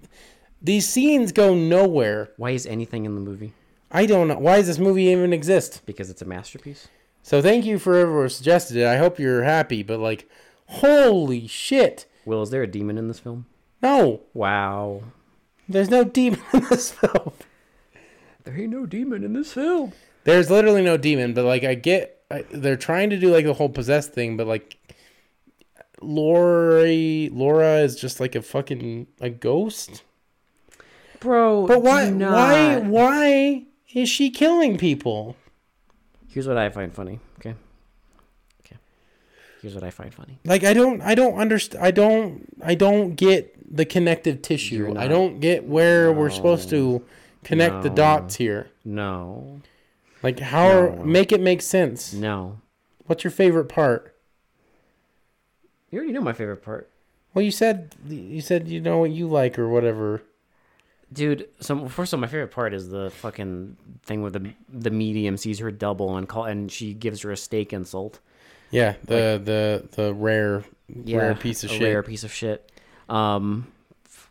these scenes go nowhere. Why is anything in the movie? I don't know. Why does this movie even exist? Because it's a masterpiece. So thank you for everyone who suggested it. I hope you're happy, but like, holy shit! Will, is there a demon in this film? No, Wow. there's no demon <laughs> in this film. There ain't no demon in this film. There's literally no demon, but like, I get I, they're trying to do like the whole possessed thing, but like, Lori Laura is just like a fucking a ghost. Bro, But why? do Why? not- Why is she killing people? Here's what I find funny. Okay. Okay. Here's what I find funny. Like, I don't, I don't understand. I don't, I don't get the connective tissue. You're I not- don't get where we're supposed to connect the No. dots here. No. Like how No. make it make sense. No. What's your favorite part? You already know my favorite part. Well, you said you said you know what you like or whatever. Dude, so first of all, my favorite part is the fucking thing where the the medium sees her double and call and she gives her a steak insult. Yeah, the the the rare rare piece of a shit. Rare piece of shit. Um,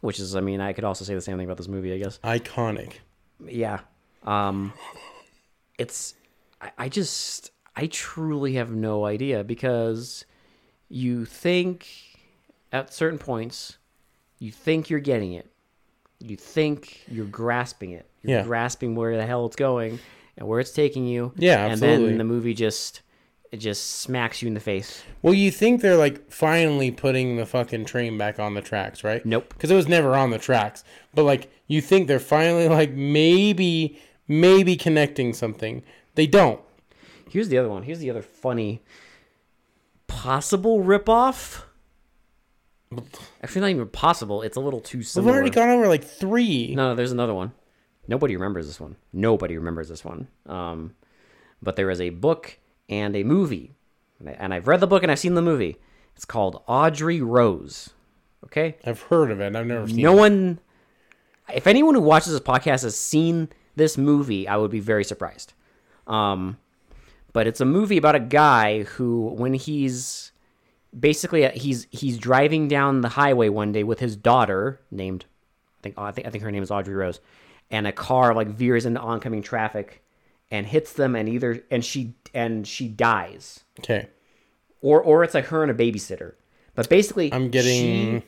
which is, I mean, I could also say the same thing about this movie, I guess. Iconic. Yeah. Um, it's, I, I just, I truly have no idea because you think at certain points, you think you're getting it. You think you're grasping it. You're Yeah. grasping where the hell it's going and where it's taking you. Yeah, And absolutely. then the movie just, it just smacks you in the face. Well, you think they're like finally putting the fucking train back on the tracks, right? Nope. Because it was never on the tracks. But like, you think they're finally like maybe, maybe connecting something. They don't. Here's the other one. Here's the other funny possible ripoff. Actually, not even possible. It's a little too We've similar. already gone over like three. no, no, there's another one. Nobody remembers this one. Nobody remembers this one. Um, but there is a book and a movie, And I- and I've read the book and I've seen the movie. It's called Audrey Rose. Okay, I've heard of it. I've never seen. no it. one. If anyone who watches this podcast has seen this movie, I would be very surprised. Um, but it's a movie about a guy who, when he's basically uh, he's he's driving down the highway one day with his daughter named I think I think I think her name is Audrey Rose, and a car like veers into oncoming traffic and hits them and either and she and she dies Okay, or or it's like her and a babysitter. But basically, I'm getting. she-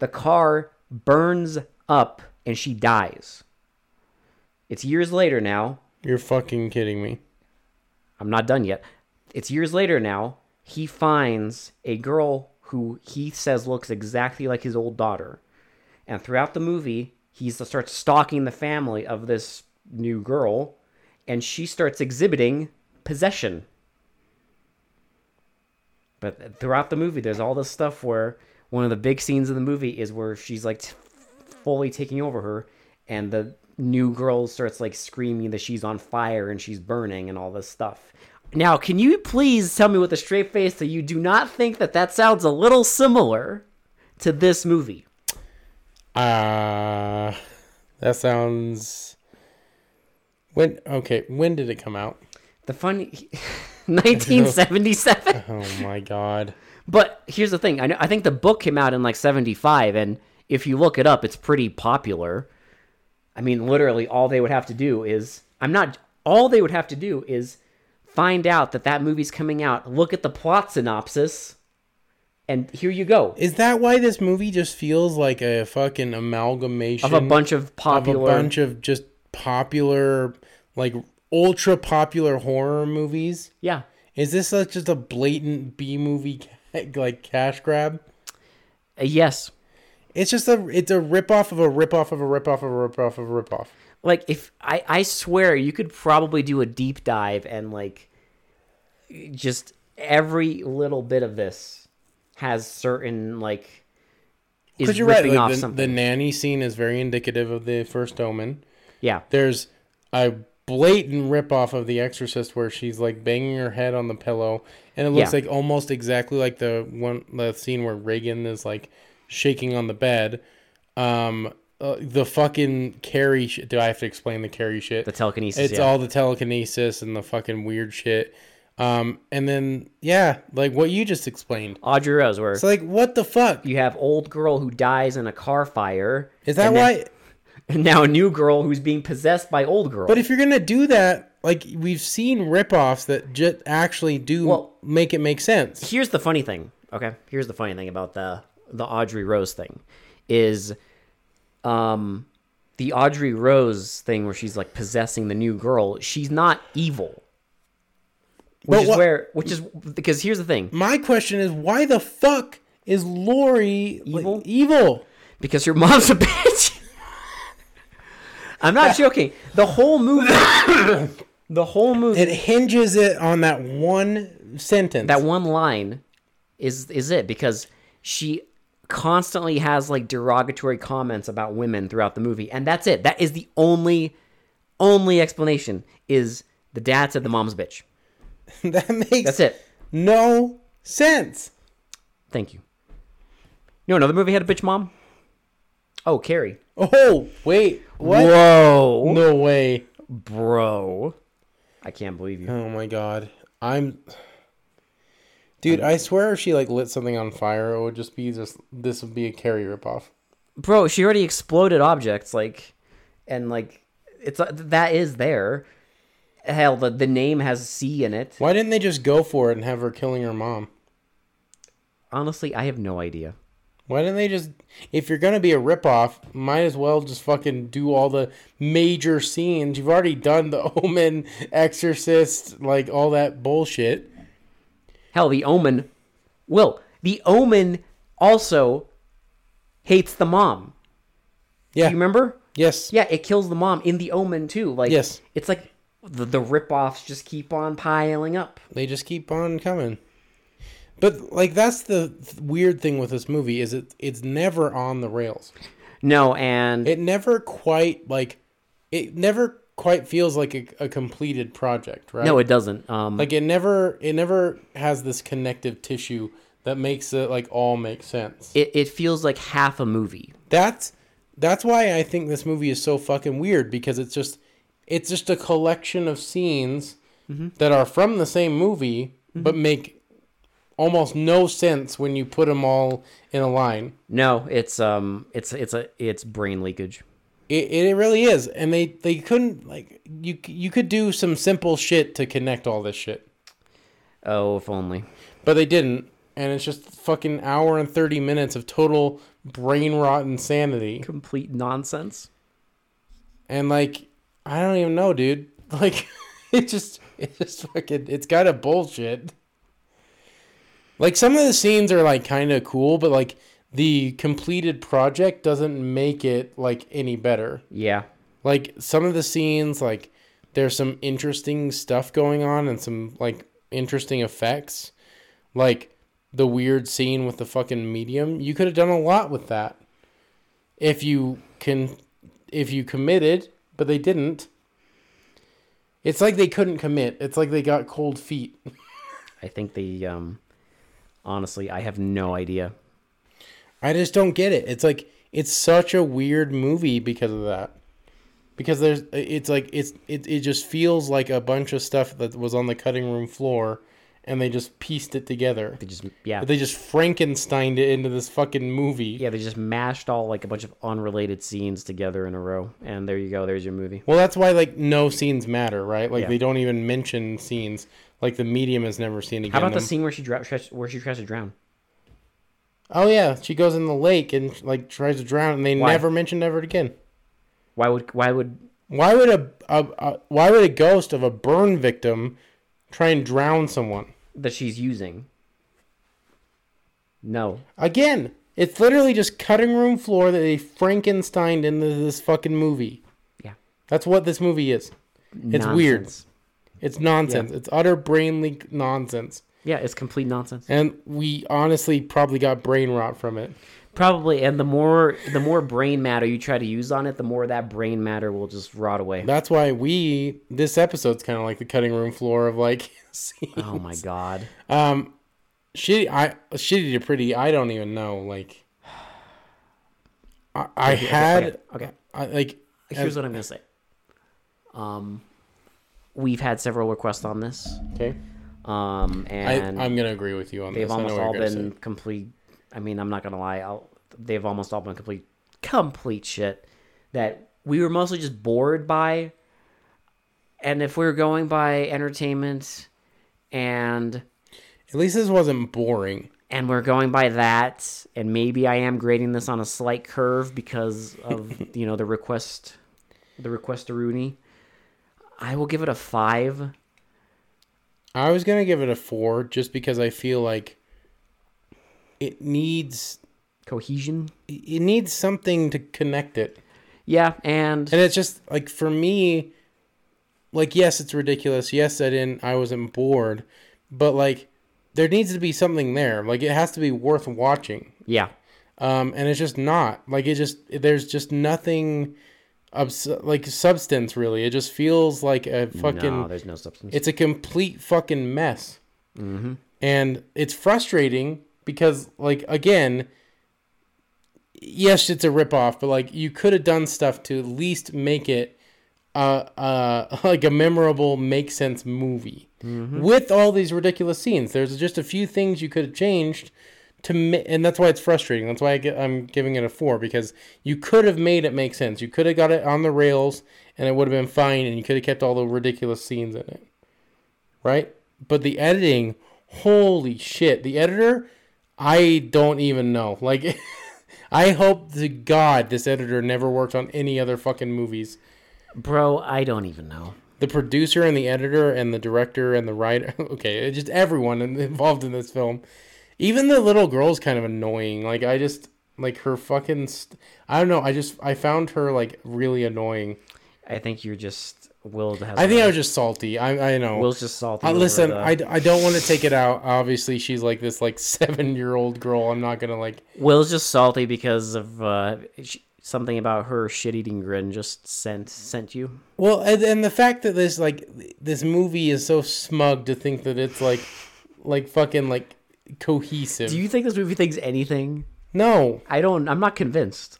the car burns up and she dies. It's years later now. You're fucking kidding me. I'm not done yet. It's years later now. He finds a girl who he says looks exactly like his old daughter. And throughout the movie, he starts stalking the family of this new girl, and she starts exhibiting possession. But throughout the movie, there's all this stuff where one of the big scenes of the movie is where she's like t- fully taking over her, and the new girl starts like screaming that she's on fire and she's burning and all this stuff. Now, can you please tell me with a straight face that you do not think that that sounds a little similar to this movie? Uh that sounds. When okay? When did it come out? The funny <laughs> 1977. Oh my <laughs> god. But here's the thing. I know, I think the book came out in like 75 and if you look it up it's pretty popular. I mean literally all they would have to do is I'm not all they would have to do is find out that that movie's coming out, look at the plot synopsis and here you go. Is that why this movie just feels like a fucking amalgamation Of a bunch of of a popular bunch of just popular, like ultra popular horror movies? Yeah. Is this like just a blatant B movie ca- like cash grab? Uh, yes. It's just a it's a rip off of a rip off of a rip off of a rip off of a rip off. like if I, I swear you could probably do a deep dive and like just every little bit of this has certain like is Because you're right, ripping like, off the, the something. nanny scene is very indicative of the first Omen. yeah, There's a blatant rip off of The Exorcist where she's like banging her head on the pillow, and it looks Yeah. like almost exactly like the one the scene where Reagan is like shaking on the bed. Um, uh, the fucking Carrie. Sh- Do I have to explain the Carrie shit? the telekinesis. it's yeah. all the telekinesis and the fucking weird shit. Um, and then yeah, like what you just explained. Audrey Rose, where So like, what the fuck you have old girl who dies in a car fire. is that? and Why? then- and <laughs> now a new girl who's being possessed by old girl? But if you're gonna do that, like we've seen ripoffs that just actually do Well- make it make sense. here's the funny thing. Okay, here's the funny thing about the the Audrey Rose thing is, um, the Audrey Rose thing where she's like possessing the new girl. She's not evil, which But is what- where which is because here's the thing My question is, why the fuck is Lori like, Evil? evil? because your mom's a <laughs> bitch. I'm not joking. The whole movie, the whole movie, It hinges it on that one sentence. that one line is is it because she constantly has like derogatory comments about women throughout the movie and that's it that is the only only explanation is the dad said the mom's a bitch <laughs> that makes that's it no sense. thank you know another movie had a bitch mom? Oh, Carrie. Oh wait, what? Whoa, No way. bro! I can't believe you. Oh my god. I'm Dude, I swear if she like lit something on fire, it would just be this this would be a carry ripoff. bro she already exploded objects like and like it's uh, that is there hell the, the name has c in it Why didn't they just go for it and have her killing her mom? honestly i have no idea Why didn't they just if you're gonna be a ripoff, might as well just fucking do all the major scenes. You've already done the <laughs> omen, exorcist, like all that bullshit. hell the omen will the omen also hates the mom Yeah. you remember Yes. yeah it kills the mom in the omen too like Yes. it's like the, the rip-offs just keep on piling up they just keep on coming but like that's the th- weird thing with this movie is it it's never on the rails no and it never quite like it never quite feels like a, a completed project right no it doesn't um like it never it never has this connective tissue that makes it like all make sense it, it feels like half a movie that's that's why i think this movie is so fucking weird because it's just it's just a collection of scenes that are from the same movie but make almost no sense when you put them all in a line no it's um it's it's a it's brain leakage it, it really is and they they couldn't like you you could do some simple shit to connect all this shit Oh, if only. <laughs> but they didn't and it's just fucking hour and 30 minutes of total brain rot insanity Complete nonsense. and like I don't even know, dude. <laughs> Like it just it just fucking it's got a bullshit. Like some of the scenes are like kind of cool, but like the completed project doesn't make it like any better. Yeah. Like some of the scenes like there's some interesting stuff going on and some like interesting effects. Like the weird scene with the fucking medium, you could have done a lot with that. If you can if you committed, but they didn't. It's like they couldn't commit. It's like they got cold feet. I think the um honestly, I have no idea. I just don't get it. It's like it's such a weird movie because of that. Because there's it's like it's it, it just feels like a bunch of stuff that was on the cutting room floor and they just pieced it together. They just yeah. They just Frankensteined it into this fucking movie. yeah, they just mashed all like a bunch of unrelated scenes together in a row. And there you go, there's your movie. Well, that's why like no scenes matter, right? Like Yeah. they don't even mention scenes. Like the medium is never seen again. How about the Um, scene where she dra- tries- where she tries to drown? Oh yeah, she goes in the lake and like tries to drown, and they Why? never mention ever again. Why would why would Why would a, a, a why would a ghost of a burn victim try and drown someone? that she's using? No. Again, it's literally just cutting room floor that they Frankensteined into this fucking movie. Yeah. That's what this movie is. It's weird. Nonsense. It's nonsense. It's utter brain leak nonsense. Yeah, it's complete nonsense. And we honestly probably got brain rot from it. Probably and the more the more brain matter you try to use on it, the more that brain matter will just rot away. That's why we this episode's kind of like the cutting room floor of like <laughs> Oh my god. Um, shitty. I shitty to pretty. I don't even know. Like, I, I had Okay. okay. I, like here's what I'm gonna say. Um, we've had several requests on this, okay. um, I, and I'm gonna agree with you on they've this. I know almost what all you're gonna been say. complete. I mean, I'm not gonna lie. I'll, they've almost all been complete, complete shit that we were mostly just bored by. And if we were going by entertainment, and At least this wasn't boring. and we're going by that, and maybe I am grading this on a slight curve because <laughs> of you know the request, the request to Rooney. I will give it a five. I was gonna give it a four just because I feel like it needs cohesion. it needs something to connect it. Yeah, and And it's just like for me, like yes, it's ridiculous. Yes, I didn't. I wasn't bored, but like there needs to be something there. Like it has to be worth watching. yeah, Um, and it's just not like it just there's just nothing, obs- like substance really. It just feels like a fucking. no, there's no substance. It's a complete fucking mess. Mm-hmm. And it's frustrating because, like, again, yes, it's a ripoff, but like you could have done stuff to at least make it uh, uh, like a <laughs> memorable, make sense movie with all these ridiculous scenes. There's just a few things you could have changed to, ma- and that's why it's frustrating. That's why I get, I'm giving it a four because you could have made it make sense. You could have got it on the rails, and it would have been fine, and you could have kept all the ridiculous scenes in it, right? But the editing, holy shit! The editor, I don't even know. Like, <laughs> I hope to God this editor never worked on any other fucking movies Bro, I don't even know. the producer and the editor and the director and the writer <laughs> okay just everyone in- <laughs> involved in this film even the little girl's kind of annoying like i just like her fucking st- i don't know i just i found her like really annoying I think you're just willed to have. i think i was just salty i i know Will's just salty. Uh, over listen the- I, d- I don't want to take it out obviously she's like this like <laughs> seven year old girl i'm not gonna like Will's just salty because of uh, sh- something about her shit-eating grin just sent sent you. Well, and, and the fact that this like this movie is so smug to think that it's like like fucking like cohesive. Do you think this movie thinks anything? no, I don't. I'm not convinced.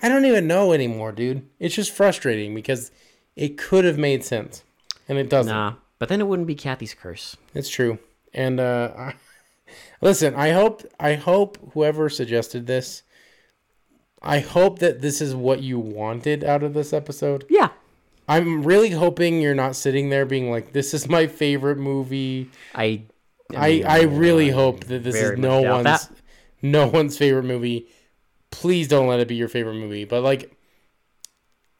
I don't even know anymore, dude. It's just frustrating because it could have made sense, and it doesn't. Nah. But then it wouldn't be Kathy's curse. It's true. And uh, I, <laughs> listen, I hope I hope whoever suggested this, I hope that this is what you wanted out of this episode. Yeah. I'm really hoping you're not sitting there being like, "This is my favorite movie." I. I, I really hope that this very is no much doubt one's that. no one's favorite movie. Please don't let it be your favorite movie. But like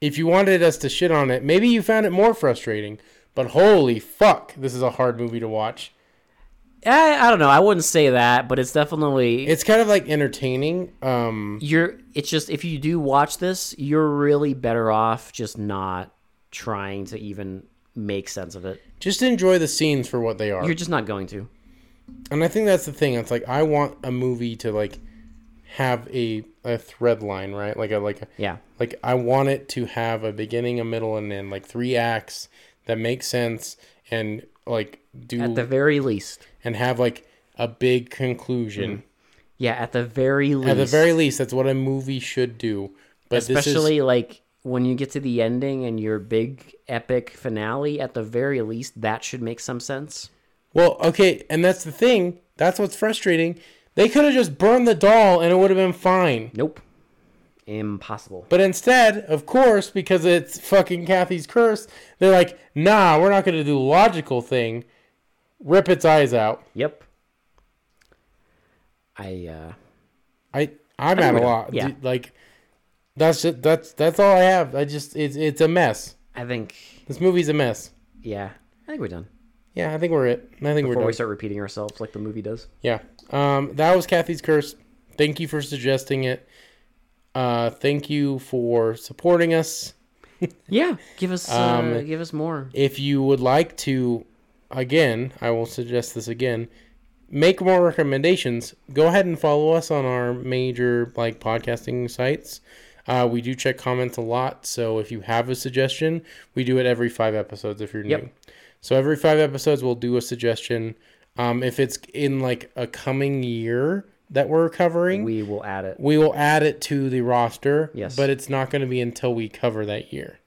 if you wanted us to shit on it, maybe you found it more frustrating. But holy fuck, this is a hard movie to watch. I, I don't know. I wouldn't say that, but it's definitely It's kind of like entertaining. Um you're it's just if you do watch this you're really better off just not trying to even make sense of it just enjoy the scenes for what they are. you're just not going to and I think that's the thing. It's like I want a movie to like have a a thread line, right? Like a like a, yeah Like I want it to have a beginning, a middle, and end, like three acts that make sense and like do at the very least and have like a big conclusion. yeah at the very least At the very least, that's what a movie should do. But especially like when you get to the ending and your big epic finale at the very least that should make some sense this is well, okay, and that's the thing. That's what's frustrating. They could have just burned the doll and it would have been fine. nope impossible But instead, of course, because it's fucking Kathy's curse, they're like, "Nah, we're not going to do logical thing. Rip its eyes out." yep i uh I I'm at a we don't- lot. yeah. Dude, Like that's just, that's that's all I have. I just it's it's a mess. i think This movie's a mess. yeah i think we're done Yeah, I think we're it. I think we're before done. we start repeating ourselves like the movie does yeah. Um, that was Kathy's curse. Thank you for suggesting it. Uh, thank you for supporting us. Yeah, give us uh, Um, give us more. If you would like to, again, I will suggest this again. Make more recommendations. Go ahead and follow us on our major like podcasting sites. Uh, we do check comments a lot, so if you have a suggestion, we do it every five episodes. If you're Yep. new, so every five episodes we'll do a suggestion. Um, if it's in like a coming year that we're covering, We will add it. we will add it to the roster. Yes. But it's not going to be until we cover that year.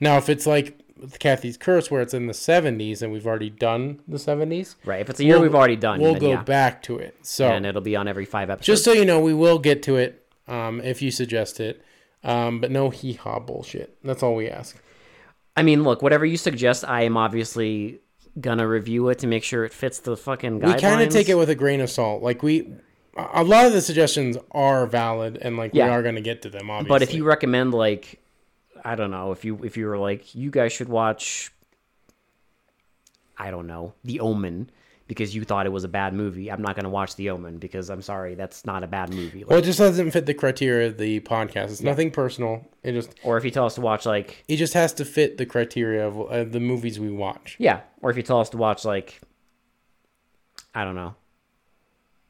Now, if it's like Kathy's Curse, where it's in the 70s and we've already done the 70s, Right. If it's a year we've already done, we'll then go yeah. back to it. So and it'll be on every five episodes. just so you know, we will get to it um, if you suggest it. Um, but no hee haw bullshit. That's all we ask. I mean, look, whatever you suggest, I am obviously gonna review it to make sure it fits the fucking guidelines. We kind of take it with a grain of salt. Like, we. A a lot of the suggestions are valid, and like we Yeah. are going to get to them, obviously. But if you recommend like, I don't know, if you if you were like, you guys should watch, I don't know, The Omen. Because you thought it was a bad movie, I'm not gonna watch The Omen because I'm sorry, that's not a bad movie. Like, well, it just doesn't fit the criteria of the podcast. It's nothing personal. It just or if you tell us to watch like It just has to fit the criteria of uh, the movies we watch. Yeah, or if you tell us to watch like I don't know.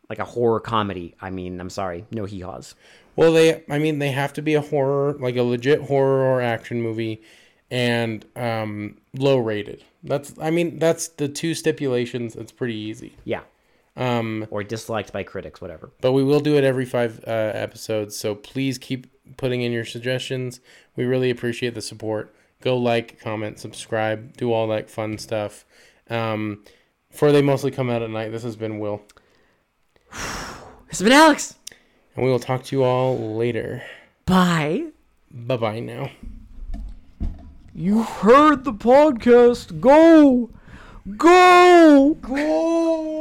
Like a horror comedy. I mean, I'm sorry, no hee haws. Well, they, I mean, they have to be a horror, like a legit horror or action movie, and um, low rated. That's, I mean, that's the two stipulations. It's pretty easy. Yeah. Um, or disliked by critics, whatever. but we will do it every five uh, episodes. So please keep putting in your suggestions. We really appreciate the support. Go like, comment, subscribe, do all that fun stuff. Um, for they mostly come out at night. This has been Will, It's been Alex. and we will talk to you all later. Bye. Bye bye now. You heard the podcast. Go. Go. Go.